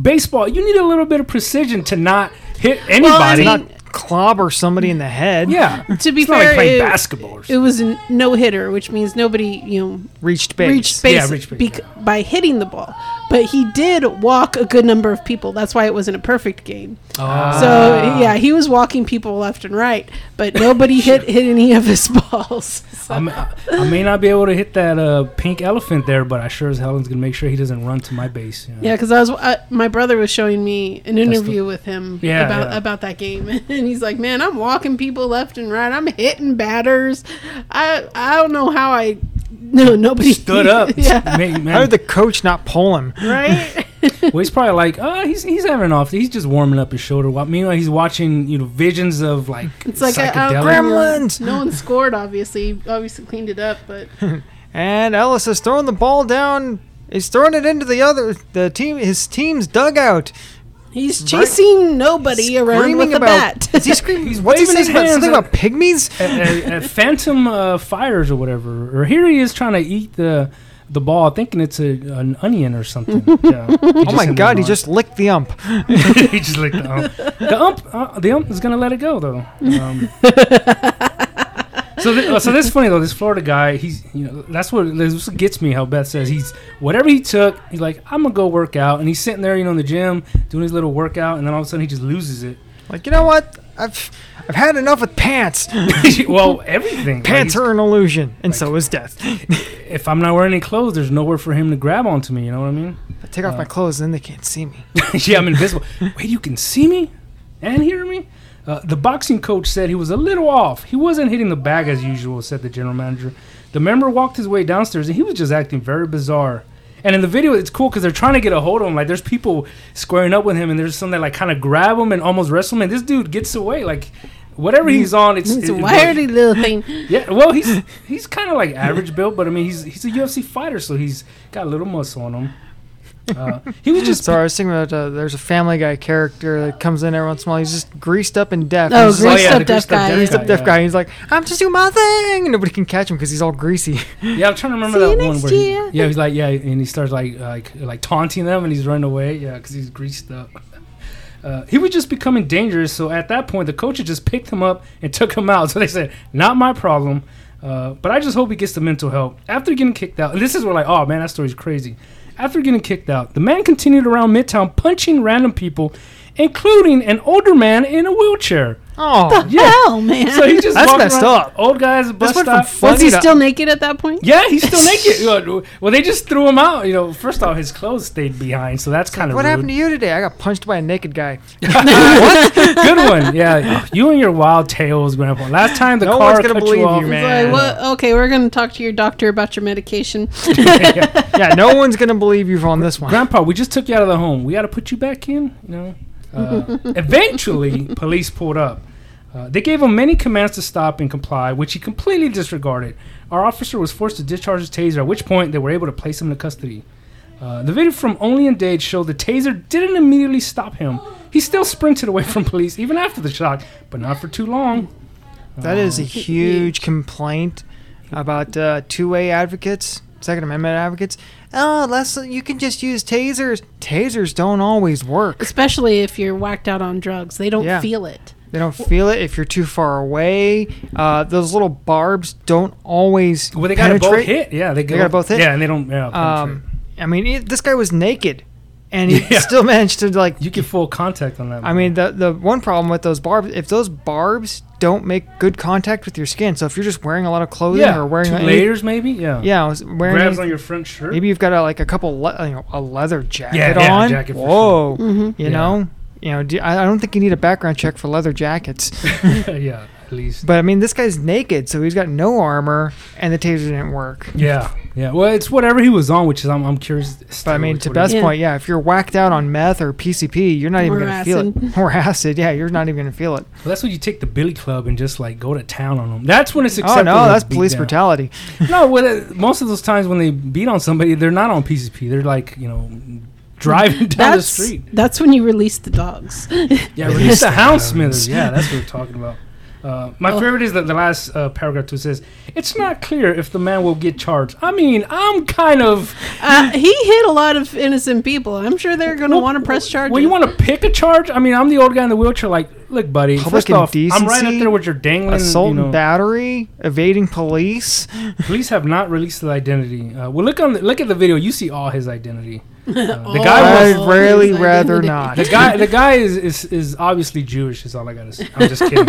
S2: Baseball, you need a little bit of precision to not hit anybody.
S1: mean-
S2: Not-
S3: clobber somebody in the head.
S2: yeah,
S1: to be
S2: it's not like
S1: fair,
S2: playing
S1: it,
S2: basketball. Or
S1: it
S2: something.
S1: was a no hitter, which means nobody, you know,
S3: Reached base.
S1: reached base,
S2: Yeah, reached base,
S1: bec- by hitting the ball. But he did walk a good number of people. That's why it wasn't a perfect game.
S2: Ah.
S1: So yeah, he was walking people left and right, but nobody hit hit any of his balls. So-
S2: I'm- I, I may not be able to hit that uh, pink elephant there, but I sure as hell is gonna make sure he doesn't run to my base. you know?
S1: yeah, because I was uh, my brother was showing me an interview with him
S2: Yeah,
S1: about
S2: yeah.
S1: about that game, and he's like, "Man, I'm walking people left and right. I'm hitting batters. I I don't know how I no nobody
S2: stood up.
S1: yeah,
S2: Man, man.
S3: How did the coach not pull him?
S1: right.
S2: well, he's probably like, oh, he's he's having off. He's just warming up his shoulder. While, meanwhile, he's watching you know visions of like
S1: It's like uh, a- a
S2: psychedelic.
S3: Gremlins!
S1: No one scored, obviously. He Obviously cleaned it up, but
S3: And Ellis has thrown the ball down. He's throwing it into the other the team his team's dugout.
S1: he's chasing nobody around with a
S3: about
S1: bat.
S3: Is he screaming?
S2: He's
S3: what's he
S2: waving his
S3: saying about, something
S2: hands
S3: about pygmies?
S2: A- a- a phantom uh, fires or whatever. Or here he is trying to eat the the ball, thinking it's a, an onion or something. Yeah.
S3: Oh my god, he just licked the ump.
S2: he just licked the ump. The ump, uh, the ump is gonna let it go though. Um, so, th- uh, so this is funny though. This Florida guy, he's you know that's what this is what gets me. How Beth says he's whatever he took, he's like I'm gonna go work out, and he's sitting there you know in the gym doing his little workout, and then all of a sudden he just loses it.
S3: Like, you know what? I've I've had enough with pants.
S2: well, everything.
S3: Pants
S2: Like,
S3: are an illusion, and
S2: like-
S3: so is death.
S2: if I'm not wearing any clothes, there's nowhere for him to grab onto me. You know what I mean?
S3: I take off
S2: Uh,
S3: my clothes, then they can't see me.
S2: yeah, I'm invisible. Wait, you can see me and hear me? Uh, the boxing coach said he was a little off. He wasn't hitting the bag as usual, said the general manager. The member walked his way downstairs and he was just acting very bizarre. And in the video, it's cool because they're trying to get a hold of him. Like, there's people squaring up with him, and there's some that like kind of grab him and almost wrestle him. And this dude gets away. Like, whatever he's on, it's,
S1: It's
S2: it-
S1: a
S2: it-
S1: wirely little thing.
S2: Yeah, well, he's he's kind of like average build, but I mean, he's he's a UFC fighter, so he's got a little muscle on him. Uh, he was just
S3: Sorry, I was thinking about uh, there's a Family Guy character that comes in every once in a while. He's just greased up and deaf.
S1: Oh,
S3: he's just like
S1: greased
S2: yeah,
S1: up
S2: the
S1: deaf
S2: greased up
S1: guy.
S2: deaf
S1: yeah.
S3: greased up deaf guy. He's like, I'm just doing my thing. and Nobody can catch him because he's all greasy.
S2: Yeah, I'm trying to remember
S1: See
S2: that
S1: you
S2: one
S1: next
S2: where he-
S1: year.
S2: yeah, he's like yeah, and he starts like like like taunting them, and he's running away. Yeah, because he's greased up. Uh, he was just becoming dangerous, so at that point, the coach had just picked him up and took him out. So they said, "Not my problem," uh, but I just hope he gets the mental help. After getting kicked out, and this is where like, oh man, that story's crazy. After getting kicked out, the man continued around Midtown punching random people, including an older man in a wheelchair.
S3: Oh,
S2: Yeah.
S1: Hell, man.
S2: So he just
S3: That's
S2: walked
S3: messed
S2: around-
S3: up.
S2: Old guys, bus
S3: went from
S2: stop.
S1: was
S3: funny
S1: he
S3: to-
S1: still naked at that point?
S2: Yeah, he's still naked. Well, Well, they just threw him out. You know, first off, his clothes stayed behind, so that's kind of
S3: what happened to you today? I got punched by a naked guy.
S2: Good one. Yeah, you and your wild tales, Grandpa. Last time the
S3: No
S2: car
S3: one's gonna
S2: cut
S3: believe
S2: you off.
S3: you,
S1: It's
S3: Man.
S1: like, well, okay, we're gonna talk to your doctor about your medication.
S3: yeah, no one's gonna believe you on this one.
S2: Grandpa, we just took you out of the home. We got to put you back in. You know. Uh, eventually, police pulled up. Uh, they gave him many commands to stop and comply, which he completely disregarded. Our officer was forced to discharge his taser, at which point they were able to place him into custody. Uh, the video from Only in Dade showed the taser didn't immediately stop him. He still sprinted away from police even after the shock, but not for too long.
S3: That is a huge complaint about uh, two-way advocates, Second Amendment advocates. Oh, less you can just use tasers. Tasers don't always work.
S1: Especially if you're whacked out on drugs, they don't
S3: Yeah.
S1: feel it.
S3: They don't feel it if you're too far away. Uh, those little barbs don't always
S2: Well, they got to both
S3: penetrate.
S2: hit. Yeah, they,
S3: gotta both hit?
S2: Yeah, and they don't. Yeah, penetrate.
S3: Um, I mean, it, this guy was naked, and he
S2: Yeah.
S3: still managed to like.
S2: you get full contact on that.
S3: I mean, the the one problem with those barbs, if those barbs don't make good contact with your skin, so if you're just wearing a lot of clothing
S2: yeah,
S3: or wearing
S2: two
S3: any-
S2: layers, maybe. Yeah,
S3: yeah, I was wearing
S2: grabs
S3: any-
S2: on your front shirt.
S3: maybe you've got a, like a couple le- you know, a leather jacket
S2: yeah,
S3: on.
S2: jacket for
S3: Whoa,
S1: Mhm.
S3: you
S2: Yeah.
S3: know, you know, do, I, I don't think you need a background check for leather jackets.
S2: yeah, at least.
S3: But I mean, this guy's naked, so he's got no armor, and the taser didn't work.
S2: Yeah, yeah. Well, it's whatever he was on, which is I'm, I'm curious.
S3: But I mean, to best
S1: Yeah.
S3: point, yeah, if you're whacked out on meth or PCP, you're not even
S1: Or
S3: going to feel it. Or acid, yeah, you're not even going to feel it.
S2: that's when you take the Billy Club and just like go to town on them. That's when it's acceptable.
S3: oh no,
S2: to
S3: that's
S2: beat
S3: police
S2: down.
S3: brutality.
S2: No, well, uh, most of those times when they beat on somebody, they're not on PCP. They're like you know driving down
S1: That's
S2: the street.
S1: Mm-hmm. that's when you release the dogs. Uh,
S2: Yeah, release the hound smithers. Yeah, that's what we're talking about. Uh, my
S3: Oh.
S2: favorite is that the last uh, paragraph two says, "It's not clear if the man will get charged." I mean, I'm kind of
S1: uh, he hit a lot of innocent people. I'm sure they're gonna
S2: Well,
S1: want to press charges.
S2: Well, you want to pick a charge? I mean, I'm the old guy in the wheelchair. Like, look, buddy.
S3: Public
S2: first off, I'm right up
S3: indecency,
S2: there with your dangling.
S3: Assault
S2: you
S3: and
S2: know,
S3: battery, evading police.
S2: police have not released his identity. Uh, well, look on the, look at the video. You see all his identity. Uh, the guy was.
S1: Oh,
S3: I'd really
S1: his
S3: rather
S1: identity.
S3: not.
S2: The guy, the guy is, is, is obviously Jewish. Is all I gotta say. I'm just kidding.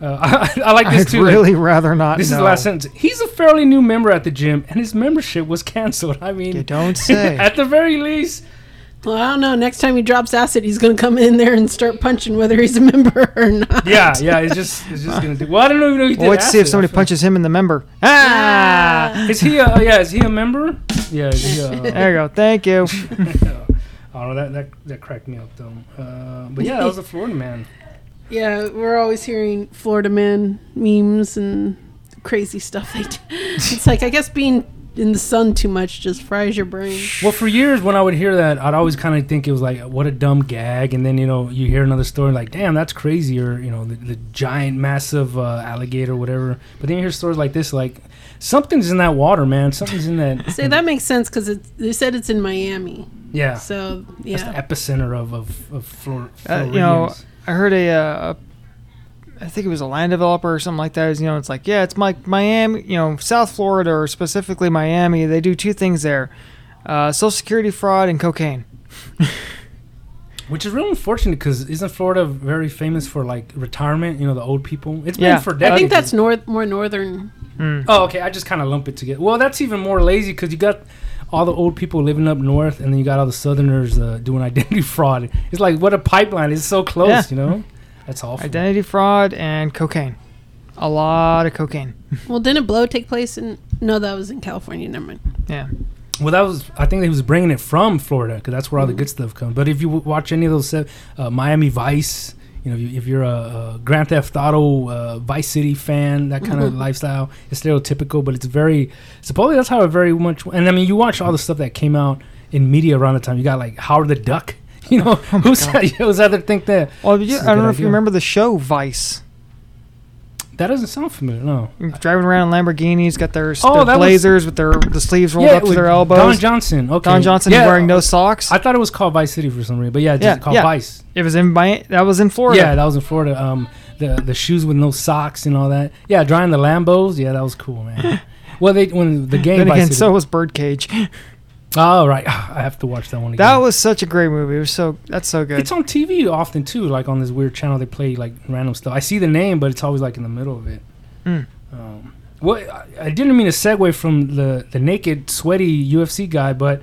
S2: Uh, I, I like this
S3: I'd
S2: too.
S3: really rather not.
S2: This is the
S3: know.
S2: last sentence. He's a fairly new member at the gym, and his membership was canceled. I mean,
S3: You don't say.
S2: at the very least,
S1: Well, I don't know. Next time he drops acid, he's gonna come in there and start punching whether he's a member or not.
S2: yeah, yeah. It's just, it's just gonna do. Well, I don't know. Even know he did
S3: Well, let's see
S2: acid.
S3: if
S2: I
S3: somebody
S2: feel-
S3: punches him in the member. Ah,
S2: Is he? A, yeah, is he a member? Yeah. Is he a,
S3: there you go. Thank you.
S2: I don't know. That, that that cracked me up though. Uh, but yeah, that was a Florida man.
S1: Yeah, we're always hearing Florida man memes and crazy stuff. They do. It's like I guess being in the sun too much just fries your brain.
S2: Well, for years when I would hear that, I'd always kind of think it was like, what a dumb gag. And then you know you hear another story like, damn, that's crazy, or you know the, the giant, massive uh, alligator, whatever. But then you hear stories like this, like something's in that water, man. Something's in that.
S1: Say that makes sense because they said it's in Miami.
S2: Yeah.
S1: So
S2: That's
S1: yeah,
S2: the epicenter of of, of Flor-
S3: Uh, you know,
S2: Floridians.
S3: I heard a, uh, a, I think it was a land developer or something like that. is, You know, it's like yeah, it's like Miami, you know, South Florida or specifically Miami. They do two things there: uh, Social Security fraud and cocaine.
S2: Which is real unfortunate because isn't Florida very famous for like retirement? You know, the old people. It's
S3: Yeah.
S2: been for decades.
S1: I think that's north, more northern.
S3: Mm.
S2: Oh, okay. I just kind of lump it together. Well, that's even more lazy because you got all the old people living up north, and then you got all the Southerners uh, doing identity fraud. It's like what a pipeline! It's so close,
S3: Yeah.
S2: you know. That's awful.
S3: Identity fraud and cocaine. A lot of cocaine.
S1: Well, didn't Blow take place in? No, that was in California. Never mind.
S3: Yeah.
S2: well, that was I think he was bringing it from Florida because that's where all the
S3: Mm-hmm.
S2: good stuff comes. But if you w- watch any of those se- uh, Miami Vice, you know, if, you, if you're a, a Grand Theft Auto uh, Vice City fan, that kind of
S3: Mm-hmm.
S2: lifestyle is stereotypical, but it's very supposedly that's how it very much. And I mean, you watch all the stuff that came out in media around the time. You got like Howard the Duck. You know,
S3: Oh
S2: who's who's out there think that
S3: Well,
S2: This
S3: you,
S2: is
S3: I
S2: a
S3: don't
S2: good
S3: know if you
S2: idea.
S3: remember the show Vice.
S2: that doesn't sound familiar? No.
S3: Driving around in Lamborghinis, got their,
S2: Oh,
S3: their
S2: that was-
S3: blazers with their the sleeves rolled up to
S2: with
S3: their elbows.
S2: Don Johnson. Okay.
S3: Don Johnson
S2: Yeah,
S3: wearing no socks.
S2: I thought it was called Vice City for some reason, but yeah, it's just
S3: Yeah,
S2: called
S3: yeah.
S2: Vice.
S3: it was in Mi- that was in Florida.
S2: Yeah, that was in Florida. Um, the the shoes with no socks and all that. Yeah, drying the Lambos. Yeah, that was cool, man. well, they when the game.
S3: then
S2: Vice
S3: again,
S2: City-
S3: so was Birdcage.
S2: oh right, I have to watch that one. Again.
S3: That was such a great movie. It was so that's so good.
S2: It's on TV often too, like on this weird channel they play like random stuff. I see the name, but it's always like in the middle of it.
S3: Mm.
S2: Um, well, I, I didn't mean to segue from the the naked, sweaty UFC guy, but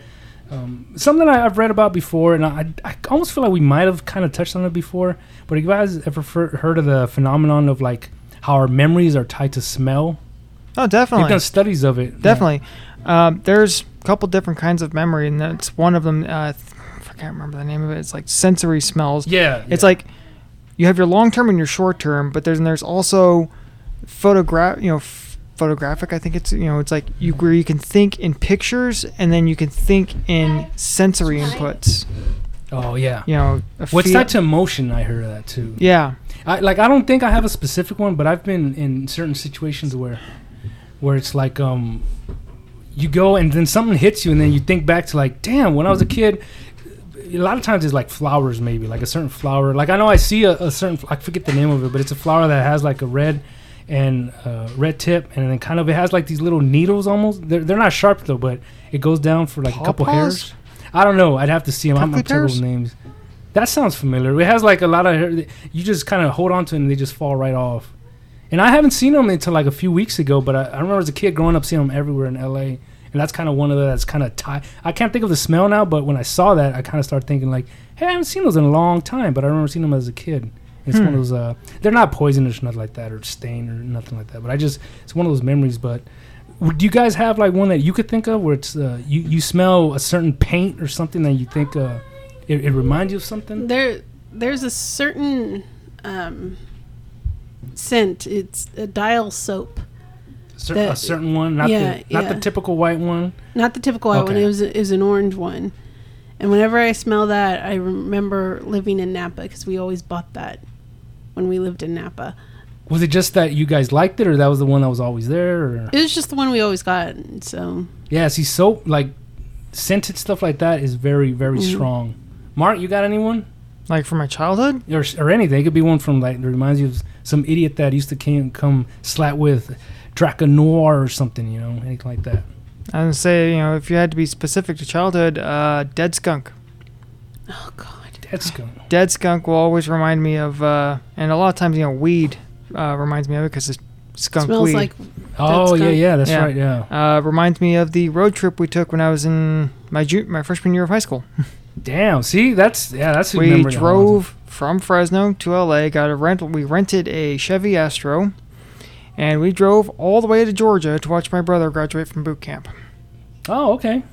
S2: um, something I, I've read about before, and I, I almost feel like we might have kind of touched on it before. But have you guys ever fer- heard of the phenomenon of like how our memories are tied to smell?
S3: oh,
S2: They've
S3: definitely,
S2: done studies of it.
S3: definitely. Um, there's a couple different kinds of memory, and that's one of them. Uh, I can't remember the name of it. It's like sensory smells.
S2: Yeah,
S3: It's
S2: yeah.
S3: like you have your long term and your short term, but there's there's also photograph, you know, f- photographic. I think it's you know, it's like you where you can think in pictures, and then you can think in sensory inputs.
S2: oh yeah.
S3: You know, a
S2: What's
S3: feel-
S2: that to emotion? I heard of that too.
S3: Yeah,
S2: I like I don't think I have a specific one, but I've been in certain situations where where it's like um you go and then something hits you and then you think back to like damn when I was a kid a lot of times it's like flowers maybe like a certain flower like I know I see a, a certain I forget the name of it but it's a flower that has like a red and uh, red tip and then kind of it has like these little needles almost they're, they're not sharp though but it goes down for like a couple
S3: Pawpaws?
S2: hairs I don't know I'd have to see them I'm,
S3: Prickly
S2: I'm terrible
S3: pears?
S2: with names that sounds familiar it has like a lot of hair that- you just kind of hold on to it and they just fall right off and I haven't seen them until like a few weeks ago, but I, I remember as a kid growing up seeing them everywhere in LA. And that's kind of one of the, that's kind of tied. I can't think of the smell now, but when I saw that, I kind of started thinking like, hey, I haven't seen those in a long time, but I remember seeing them as a kid. It's one of those. Uh, they're not poisonous, or nothing like that, or stain or nothing like that. But I just, it's one of those memories. But w- do you guys have like one that you could think of where it's uh, you you smell a certain paint or something that you think uh, it, it reminds you of something?
S1: There, there's a certain um, scent. It's a dial soap,
S2: Cer-
S1: That-
S2: a certain one, not
S1: yeah,
S2: the not the
S1: yeah.
S2: typical white one.
S1: not the typical white one.
S2: Okay.
S1: It was, it was an orange one. And whenever I smell that, I remember living in Napa because we always bought that when we lived in Napa.
S2: Was it just that you guys liked it, or that was the one that was always there? Or?
S1: It was just the one we always got. So
S2: Yeah, see, soap like scented stuff like that is very, very
S1: Mm-hmm.
S2: strong. Mark, you got anyone
S3: like from my childhood.
S2: or, or anything? It could be one from like that reminds you of some idiot that used to came come slap with Draca Noir or something, you know, anything like that.
S3: I would say you know, if you had to be specific to childhood, uh, dead skunk.
S1: oh god,
S2: That's good.
S3: Dead skunk will always remind me of, uh, and a lot of times you know, weed uh, reminds me of it because it's skunk
S1: smells
S3: weed.
S1: like
S2: Oh yeah,
S1: good.
S2: yeah, that's
S3: Yeah.
S2: right. Yeah,
S3: uh, reminds me of the road trip we took when I was in my ju- my freshman year of high school.
S2: damn. See, that's yeah, that's a
S3: We
S2: memory I wasn't-
S3: drove from Fresno to LA, got a rental. We rented a Chevy Astro, and we drove all the way to Georgia to watch my brother graduate from boot camp.
S2: Oh okay.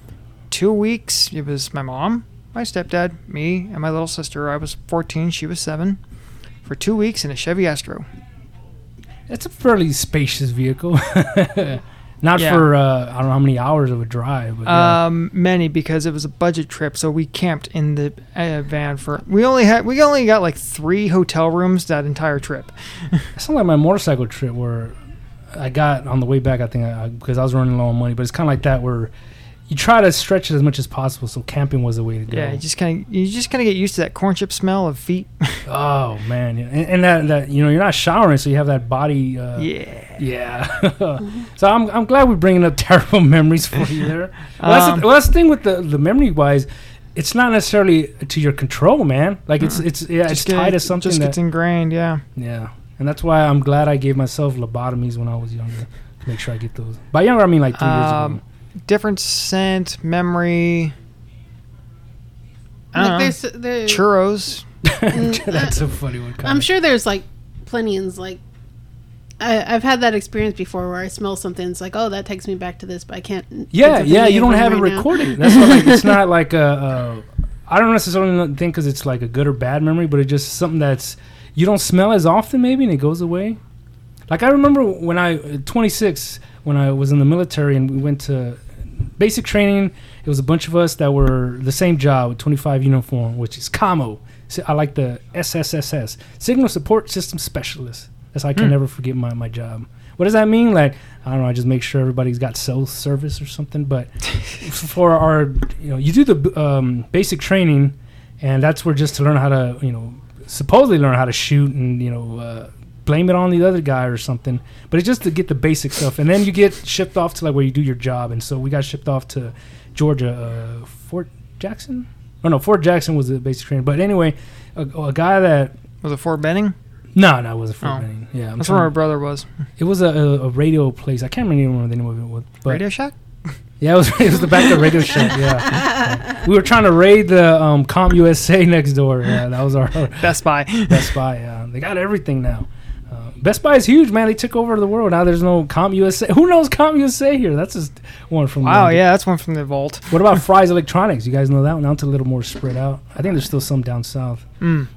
S3: Two weeks. It was my mom, my stepdad, me, and my little sister. I was 14. She was seven. For two weeks in a Chevy Astro.
S2: That's a fairly spacious vehicle. Not
S3: Yeah.
S2: for uh, I don't know how many hours of a drive, but yeah.
S3: Um, many because it was a budget trip, so we camped in the uh, van for. We only had we only got like three hotel rooms that entire trip.
S2: It's not like my motorcycle trip where I got on the way back. I think I, because I was running low on money, but it's kind of like that where you try to stretch it as much as possible. So camping was the way to go.
S3: Yeah, you just kind of you just kind of get used to that corn chip smell of feet.
S2: oh man, yeah. and, and that that you know you're not showering, so you have that body. Uh,
S3: yeah.
S2: yeah. so I'm I'm glad we're bringing up terrible memories for you there. Well, that's,
S3: Um,
S2: the, well, that's the thing with the the memory wise. it's not necessarily to your control, man. Like it's it's yeah, it's
S3: get-
S2: tied to something
S3: Mm-hmm. Just
S2: that
S3: gets ingrained, yeah.
S2: yeah, and that's why I'm glad I gave myself lobotomies when I was younger to make sure I get those. By younger, I mean like three years
S3: Um,
S2: ago.
S3: Different scent, memory. I
S1: Like
S3: don't
S1: there's, there,
S3: know. Churros.
S1: mm,
S2: that's a funny one. Kyle.
S1: I'm sure there's like plenty and like I, I've had that experience before where I smell something. It's like, oh, that takes me back to this, but I can't. think
S2: Yeah,
S1: of
S2: yeah,
S1: any
S2: you
S1: of
S2: don't
S1: them
S2: have
S1: right
S2: it
S1: now.
S2: recorded. That's what, like, it's not like a, a. I don't necessarily think because it's like a good or bad memory, but it's just something that's you don't smell as often maybe, and it goes away. Like I remember when I at 26 when I was in the military and we went to basic training. It was a bunch of us that were the same job with 25 uniform, which is COMO. So I like the SSSS, Signal Support System Specialist. That's I can
S3: Hmm.
S2: never forget my my job. What does that mean? Like I don't know. I just make sure everybody's got cell service or something. But for our, you know, you do the b- um, basic training, and that's where just to learn how to, you know, supposedly learn how to shoot and you know, uh, blame it on the other guy or something. But it's just to get the basic stuff, and then you get shipped off to like where you do your job. And so we got shipped off to Georgia, uh, Fort Jackson. Oh no, Fort Jackson was the basic training. But anyway, a, a guy that
S3: Was it Fort Benning?
S2: no, no, it wasn't Fort
S3: Oh.
S2: Benning. Yeah, I'm
S3: That's where
S2: trying-
S3: my brother was.
S2: it was a, a, a radio place. I can't really remember the name of it. Was, but
S3: Radio Shack?
S2: yeah, it was, it was the back of the radio show. Yeah, we were trying to raid the um, Com USA next door. Yeah, that was our
S3: Best Buy.
S2: Best Buy. Yeah, they got everything now. Uh, Best Buy is huge, man. They took over the world. Now there's no Com USA. Who knows Com USA here? That's just one from.
S3: Wow,
S2: the-
S3: yeah, that's one from the vault.
S2: What about Fry's Electronics? You guys know that one? Now it's a little more spread out. I think there's still some down south.
S3: Mm.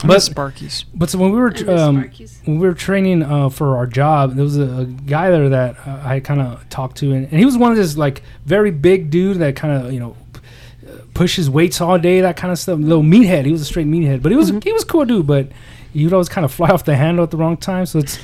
S2: But-
S3: But Sparkies.
S2: But so when we were
S1: I miss
S2: um,
S1: Sparky's.
S2: when we were training uh, for our job, there was a, a guy there that uh, I kind of talked to, and, and he was one of this like very big dude that kind of you know p- uh, pushes weights all day, that kind of stuff. Little meathead. He was a straight meathead, but he was he was a cool dude, but you'd always kind of fly off the handle at the wrong time. So it's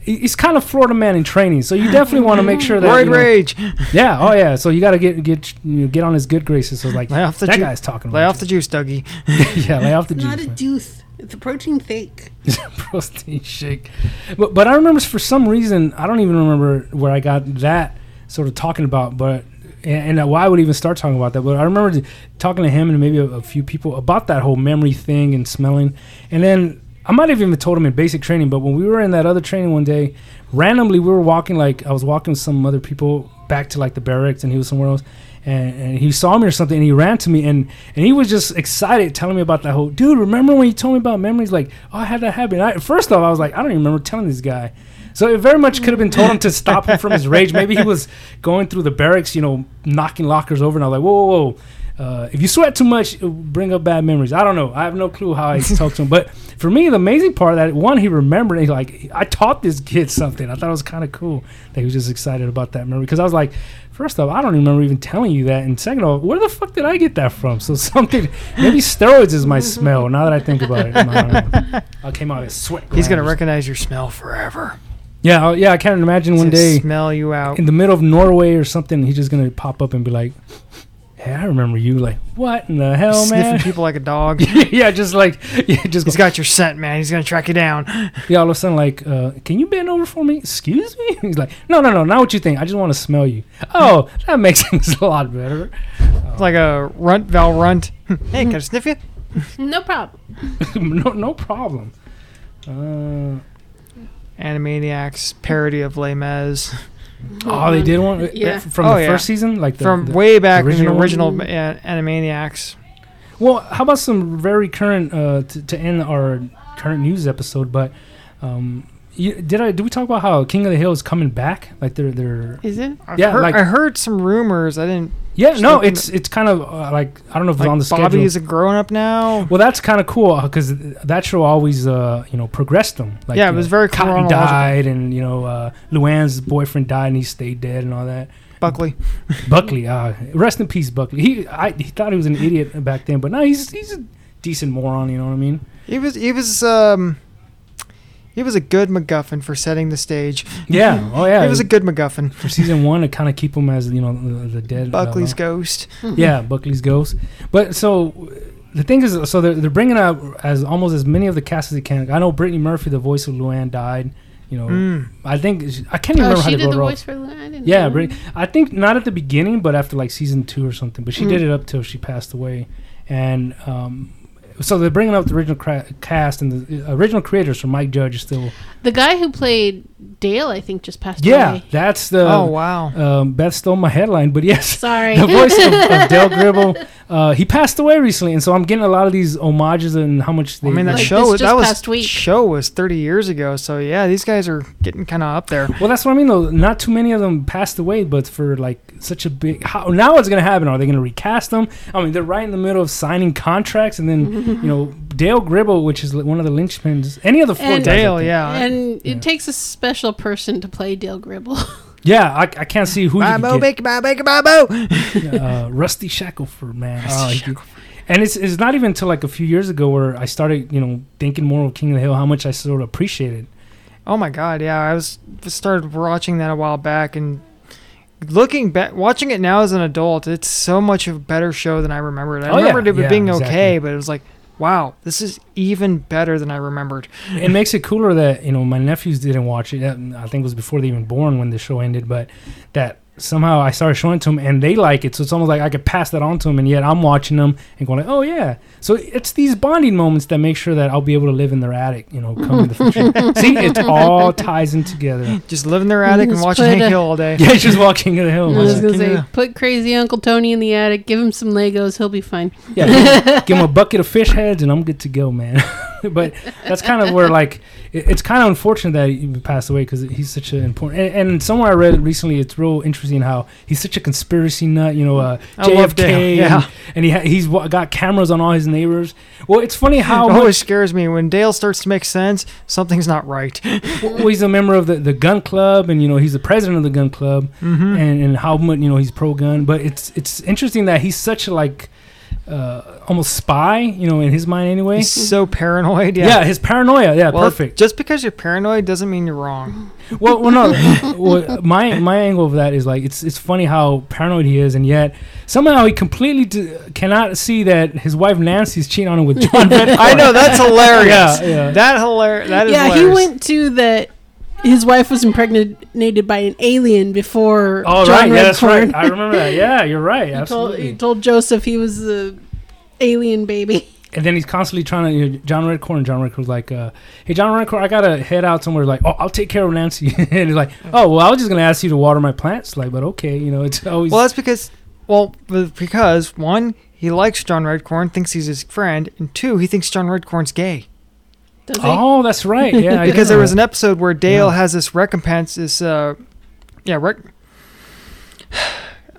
S2: he- he's kind of Florida man in training, so you definitely want to make sure that
S3: Roid
S2: you know-
S3: Rage.
S2: yeah, oh yeah. So you got to get get you know, get on his good graces. So it's like
S3: Lay off the
S2: that
S3: ju-
S2: guy's talking.
S3: Lay
S2: about
S3: off the juice, Dougie.
S2: you. yeah, lay off the
S1: It's not
S2: juice,
S1: a
S2: man.
S1: tooth. It's a protein fake.
S2: protein shake. But but I remember for some reason I don't even remember where I got that sort of talking about, but and, and why I would even start talking about that. But I remember th- talking to him and maybe a, a few people about that whole memory thing and smelling, and then. I might have even told him in basic training, but when we were in that other training one day, randomly we were walking like I was walking with some other people back to like the barracks, and he was somewhere else, and, and he saw me or something, and he ran to me, and and he was just excited telling me about that whole dude. Remember when you told me about memories? Like, oh, I had that happen. And I, first off, I was like, I don't even remember telling this guy. So it very much could have been told him to stop him from his rage. Maybe he was going through the barracks, you know, knocking lockers over, and I was like, whoa, whoa, whoa. Uh, if you sweat too much, it'll bring up bad memories. I don't know. I have no clue how I talked to him. But for me, the amazing part of that one, he remembered. And he, like I taught this kid something. I thought it was kind of cool that he was just excited about that memory because I was like, first off, I don't remember even telling you that, and second off, where the fuck did I get that from? So something, maybe steroids is my smell. Now that I think about it, I, I came out as sweat.
S3: He's going to
S2: glands.
S3: recognize your smell forever.
S2: Yeah, oh, yeah. I can't imagine
S3: He's
S2: one
S3: gonna
S2: day
S3: smell you out.
S2: in the middle of Norway or something, he's just gonna pop up and be like, "Hey, I remember you." Like, what in the hell,
S3: sniffing
S2: man?
S3: people like a dog.
S2: yeah, just like, yeah, just
S3: He's got your scent, man. He's gonna track you down.
S2: yeah. All of a sudden, like, uh, can you bend over for me? Excuse me. He's like, no, no, no, not what you think. I just want to smell you.
S3: Hmm.
S2: Oh, that makes things a lot better.
S3: It's like a runt, Val Runt. hey, can I sniff you?
S1: No problem.
S2: no, no problem. Uh,
S3: Animaniacs parody of Les Mis
S2: oh, they did one uh,
S1: Yeah.
S2: from
S3: Oh,
S2: the
S3: yeah.
S2: first season, like the,
S3: from
S2: the-
S3: way back in the
S2: original one?
S3: original ma- an- Animaniacs.
S2: Well, how about some very current uh, to, to end our current news episode? But um, you, did I did we talk about how King of the Hill is coming back? Like they're they're
S1: Is it?
S3: I've
S2: Yeah,
S3: heard,
S2: like-
S3: I heard some rumors. I didn't.
S2: yeah
S3: Just
S2: no
S3: looking
S2: it's it's kind of uh, like I don't know if it's
S3: Like
S2: on the
S3: Bobby
S2: schedule.
S3: is a grown up now.
S2: well, that's kind of cool because that show always uh, you know progressed them. Like,
S3: yeah,
S2: you
S3: it was
S2: know,
S3: very
S2: Cotton
S3: chronological.
S2: died, and you know uh, Luann's boyfriend died, and he stayed dead, and all that.
S3: Buckley.
S2: Buckley, uh, rest in peace, Buckley. He I, he thought he was an idiot back then, but now he's he's a decent moron. You know what I mean?
S3: He was. He was. Um. He was a good MacGuffin for setting the stage.
S2: Yeah. Oh yeah.
S3: He was a good MacGuffin.
S2: for season one to kind of keep him as you know the, the dead
S3: Buckley's
S2: uh,
S3: ghost.
S1: Oh,
S2: yeah Buckley's ghost. But so the thing is, so they're, they're bringing out as almost as many of the cast as they can. I know Brittany Murphy, the voice of Luann, died. You know,
S3: Mm.
S2: I think she- I can't even
S1: Oh,
S2: remember how
S1: she
S2: they
S1: did
S2: wrote
S1: the
S2: her off.
S1: voice for Luna. I didn't
S2: Yeah,
S1: know.
S3: Mm.
S2: Brittany. I think not at the beginning, but after like season two or something. But she did it up till she passed away. and um, so they're bringing up the original cra- cast and the uh, original creators. from Mike Judge is still
S1: The guy who played Dale, I think, just passed
S2: yeah.
S1: away.
S2: That's the
S3: oh wow.
S2: um, Beth stole my headline, but yes,
S1: Sorry.
S2: the voice of, of Del Gribble. Uh, he passed away recently, and so I'm getting a lot of these homages and how much they.
S3: I mean that
S1: Like
S3: show
S1: this
S3: was
S1: just
S3: that was
S1: past week.
S3: show was 30 years ago. So yeah, these guys are getting kind of up there.
S2: well, that's what I mean. Though not too many of them passed away, but for like such a big. How now what's gonna happen? Are they gonna recast them? I mean, they're right in the middle of signing contracts, and then
S3: Mm-hmm.
S2: you know uh, Dale Gribble, which is li- one of the linchpins. Any of the four
S1: And-
S2: guys, I
S3: Dale,
S2: think.
S3: yeah.
S1: and
S2: Yeah.
S1: it takes a special person to play Dale Gribble.
S2: yeah. I, I can't see who you
S3: Bobo,
S2: could get.
S3: bake, bobo, bake, bobo.
S2: uh, Rusty Shackleford, man. Oh, he- And it's, it's not even until like a few years ago where I started, you know, thinking more of King of the Hill, how much I sort of appreciated.
S3: Oh my god, yeah, I was started watching that a while back and looking back watching it now as an adult, it's so much of a better show than I remembered. I
S2: Oh, yeah,
S3: remembered it
S2: yeah,
S3: being okay,
S2: exactly.
S3: but it was like, wow, this is even better than I remembered.
S2: it makes it cooler that you know my nephews didn't watch it. That- I think it was before they even born when the show ended, but that somehow I started showing it to them and they like it. So it's almost like I could pass that on to them, and yet I'm watching them and going, like, "Oh yeah." So it's these bonding moments that make sure that I'll be able to live in their attic, you know, come in the future. See, it all ties in together.
S3: Just live in their attic and
S1: Just
S3: watching
S1: put
S3: Hank
S1: a-
S3: Hill all day.
S2: Yeah, just walking in the
S1: I
S2: hill.
S1: was
S2: man.
S1: gonna say,
S3: Yeah.
S1: put crazy Uncle Tony in the attic, give him some Legos, he'll be fine.
S2: Yeah, give 'em- give them a bucket of fish heads and I'm good to go, man. but that's kind of where like it, it's kind of unfortunate that he passed away because he's such an important. And, and somewhere I read recently, it's real interesting how he's such a conspiracy nut. You know, uh,
S3: I love
S2: JFK,
S3: Dale, yeah.
S2: and, and he ha- he's wa- got cameras on all his neighbors. Well, it's funny
S3: It
S2: how much-
S3: always scares me when Dale starts to make sense, something's not right.
S2: well, he's a member of the, the gun club, and you know he's the president of the gun club.
S3: hmm
S2: and, and how much you know he's pro gun. But it's it's interesting that he's such a like uh, almost spy, you know, in his mind anyway.
S3: He's so paranoid.
S2: yeah.
S3: Yeah.
S2: his paranoia. Yeah,
S3: Well,
S2: perfect.
S3: Just because you're paranoid doesn't mean you're wrong.
S2: Well, well, no. well, my my angle of that is like it's it's funny how paranoid he is, and yet somehow he completely d- cannot see that his wife Nancy's cheating on him with John Bedford.
S3: I know that's hilarious.
S2: Yeah, yeah.
S3: That hilar- That is
S1: yeah,
S3: hilarious.
S1: he went to that. His wife was impregnated by an alien before.
S2: All
S1: John
S2: Oh, right, yeah, that's
S1: Redcorn.
S2: right. I remember that. Yeah, you're right.
S1: he, told,
S2: Absolutely.
S1: he told Joseph he was the alien baby.
S2: And then he's constantly trying to you know, John Redcorn. John Redcorn's like, uh, "Hey, John Redcorn, I gotta head out somewhere." Like, "Oh, I'll take care of Nancy." and he's like, "Oh, well, I was just gonna ask you to water my plants." Like, but okay, you know, it's always
S3: Well, that's because, well, b- because one, he likes John Redcorn, thinks he's his friend, and two, he thinks John Redcorn's gay.
S1: Does he?
S2: oh, that's right, yeah, I
S3: because
S2: know.
S3: there was an episode where Dale
S2: Yeah.
S3: has this recompense, this, uh, yeah, rec-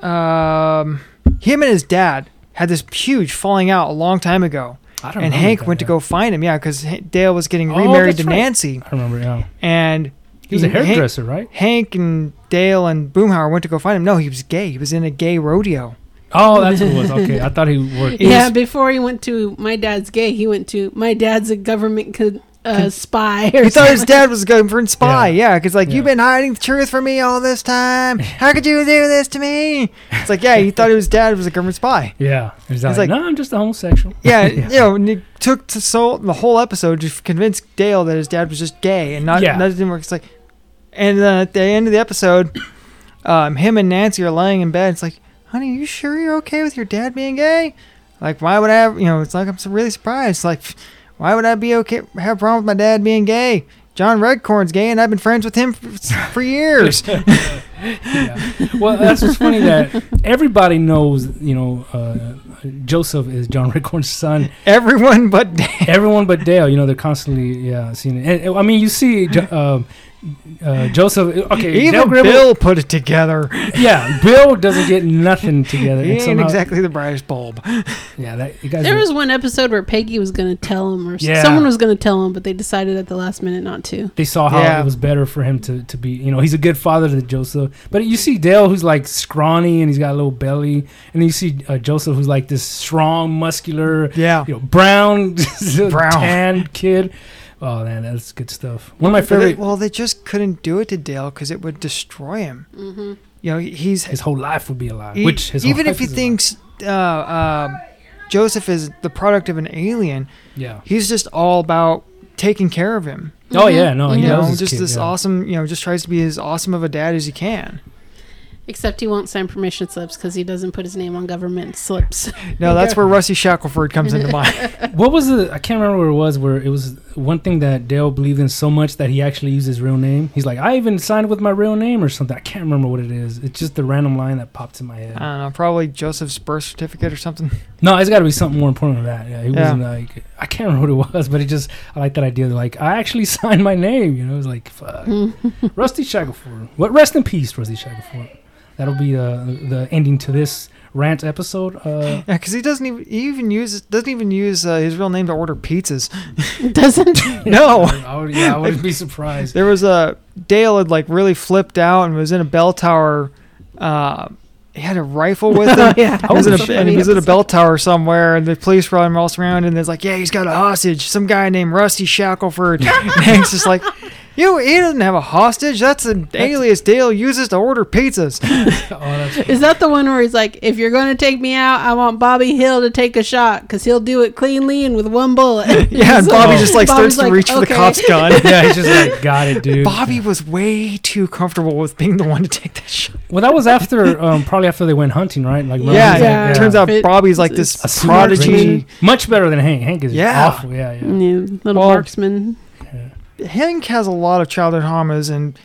S3: um, him and his dad had this huge falling out a long time ago,
S2: I don't
S3: and
S2: remember
S3: Hank
S2: that,
S3: went to
S2: yeah.
S3: go find him, yeah, because Dale was getting
S2: Oh,
S3: remarried to
S2: that's right.
S3: Nancy,
S2: I remember, yeah.
S3: and
S2: He was a
S3: Hank-
S2: hairdresser, right?
S3: Hank and Dale and Boomhauer went to go find him. No, he was gay. He was in a gay rodeo.
S2: Oh, that's what it was. Okay, I thought he worked.
S1: yeah, before he went to my dad's gay, he went to my dad's a government co- uh, spy. Or
S3: He thought
S1: something.
S3: his dad was going for a spy. Yeah, because like
S2: Yeah.
S3: you've been hiding the truth from me all this time. How could you do this to me? It's like yeah, he thought his dad was a government spy.
S2: Yeah, he's like,
S3: like-
S2: "No, I'm just a homosexual."
S3: Yeah, you know, and it took to so the whole episode to convince Dale that his dad was just gay and not
S2: Yeah.
S3: that didn't work. It's like, and then at the end of the episode, um, him and Nancy are lying in bed. It's like, honey, you sure you're okay with your dad being gay? Like, why would I? Have, you know, it's like I'm so really surprised. Like, why would I be okay? Have a problem with my dad being gay? John Redcorn's gay, and I've been friends with him for, for years.
S2: yeah. Well, that's what's funny that everybody knows, you know, uh, Joseph is John Redcorn's son.
S3: Everyone but Dale.
S2: everyone but Dale. You know, they're constantly yeah seeing it. And, uh, I mean, you see Jo- um uh, Joseph. Okay, Dale
S3: Even
S2: Gribble-
S3: Bill put it together.
S2: Yeah, Bill doesn't get nothing together.
S3: He
S2: and
S3: ain't
S2: somehow-
S3: exactly the brightest bulb.
S2: Yeah, that, you guys.
S1: There
S2: are-
S1: was one episode where Peggy was going to tell him, or s-
S2: Yeah.
S1: someone was going to tell him, but they decided at the last minute not to.
S2: they saw how
S3: Yeah.
S2: it was better for him to, to be, you know, he's a good father to Joseph. But you see Dale, who's like scrawny and he's got a little belly, and then you see uh, Joseph, who's like this strong, muscular,
S3: Yeah.
S2: you know, brown,
S3: Brown.
S2: tan kid. Oh man, that's good stuff. One of my
S3: But they-
S2: favorite.
S3: well, they just couldn't do it to Dale because it would destroy him.
S1: Mm-hmm.
S3: You know, he's
S2: His whole life would be a lie.
S3: e-
S2: which his whole
S3: even
S2: life
S3: if he
S2: is a lie.
S3: thinks uh, uh, Joseph is the product of an alien,
S2: yeah.
S3: he's just all about taking care of him.
S2: Oh yeah, no,
S1: Mhm.
S2: he
S3: Mm-hmm. You
S2: loves
S3: know,
S2: his
S3: just
S2: kid,
S3: this
S2: yeah.
S3: awesome. You know, just tries to be as awesome of a dad as he can.
S1: Except he won't sign permission slips because he doesn't put his name on government slips.
S3: No, that's where Rusty Shackelford comes into mind.
S2: What was the? I can't remember where it was. Where it was one thing that Dale believed in so much that he actually used his real name. He's like, I even signed with my real name or something. I can't remember what it is. It's just the random line that pops in my
S3: I
S2: head.
S3: don't know, probably Joseph's birth certificate or something.
S2: no, it's got to be something more important than that. Yeah, he
S3: Yeah.
S2: wasn't like I can't remember what it was, but it just I like that idea. That, like I actually signed my name. You know, it's like fuck. Rusty Shackelford. What? Rest in peace, Rusty Shackelford. That'll be uh, the ending to this rant episode. Uh,
S3: Yeah, because he doesn't even he even use doesn't even use uh, his real name to order pizzas.
S1: doesn't.
S3: No.
S2: I would, yeah, I wouldn't be surprised.
S3: There was a Dale had like really flipped out and was in a bell tower. Uh, he had a rifle with him.
S1: yeah.
S3: He was, in
S2: Holy
S3: a,
S2: shit.
S3: and he was in a bell tower somewhere, and the police brought him all around, and it's like, yeah, he's got a hostage. Some guy named Rusty Shackelford. and Hank's just like, you, he doesn't have a hostage. That's an alias Dale uses to order pizzas.
S2: Oh, that's
S1: Is that the one where he's like, if you're going to take me out, I want Bobby Hill to take a shot because he'll do it cleanly and with one bullet.
S3: Yeah, and
S1: So
S3: Bobby just like
S1: oh. Bobby's
S3: starts to
S1: like,
S3: reach for the
S1: "Okay."
S3: cop's gun.
S2: yeah, he's just like got it, dude.
S3: Bobby was way too comfortable with being the one to take that shot.
S2: Well, that was after um, probably after they went hunting, right? Like
S1: Yeah,
S3: Yeah,
S1: yeah.
S3: it turns out
S1: It-
S3: Bobby's like
S1: it's-
S3: this
S2: a smart
S3: prodigy.
S2: vision. much better than Hank. Hank is
S3: Yeah.
S2: awful. Yeah, yeah.
S1: Yeah, little
S3: Well-
S1: marksman.
S3: Hank has a lot of childhood traumas, and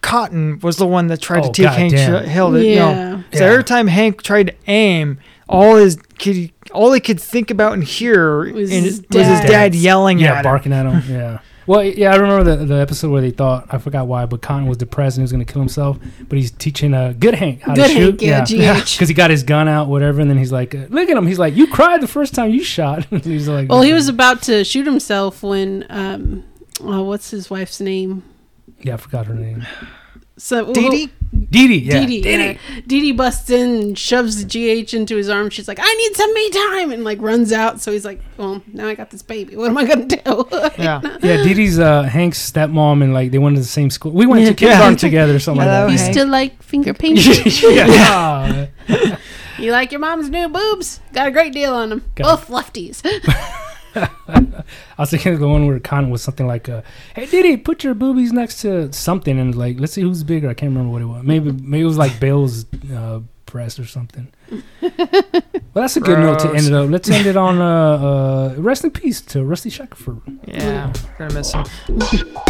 S3: Cotton was the one that tried
S2: Oh,
S3: to take Hank
S2: goddamn.
S3: Sh- Hill. That, You know,
S1: Yeah.
S3: so
S2: Yeah.
S3: every time Hank tried to aim, all his kid, all he could think about and hear and-
S1: Was
S3: was,
S1: his
S3: his,
S1: dad.
S3: dad yelling
S2: yeah,
S3: at him.
S2: barking at him. Yeah. Well, yeah, I remember the, the episode where they thought I forgot why, but Cotton was depressed and he was going to kill himself. But he's teaching uh, good Hank how
S1: Good
S2: to shoot.
S1: Hank, yeah, GH.
S2: because he got his gun out, whatever. And then he's like, uh, "Look at him." He's like, "You cried the first time you shot." he's like,
S1: Well, he was about to shoot himself when, um, oh, what's his wife's name?
S2: Yeah, I forgot her name.
S1: So
S3: Dee Dee?
S2: Dee Dee. Yeah.
S1: Dee Dee, yeah. Dee Dee busts in and shoves the GH into his arm. She's like, I need some me time. And like runs out. So he's like, well, now I got this baby. What am I going to do?
S3: Yeah.
S2: Yeah, Dee Dee's uh, Hank's stepmom, and like they went to the same school. We went to kindergarten together or something
S3: Hello,
S2: like
S1: You
S2: that.
S3: Hank.
S1: still like finger painting?
S2: yeah.
S1: you like your mom's new boobs? Got a great deal on them.
S2: Got
S1: Both lefties.
S2: I was thinking of the one where Con was something like, uh, "Hey Diddy, put your boobies next to something," and like, let's see who's bigger. I can't remember what it was. Maybe maybe it was like Bill's uh, breast or something. well, that's a good note to end it up. Let's end it on uh, uh, rest in peace to Rusty Shackelford.
S3: Yeah, gonna miss him.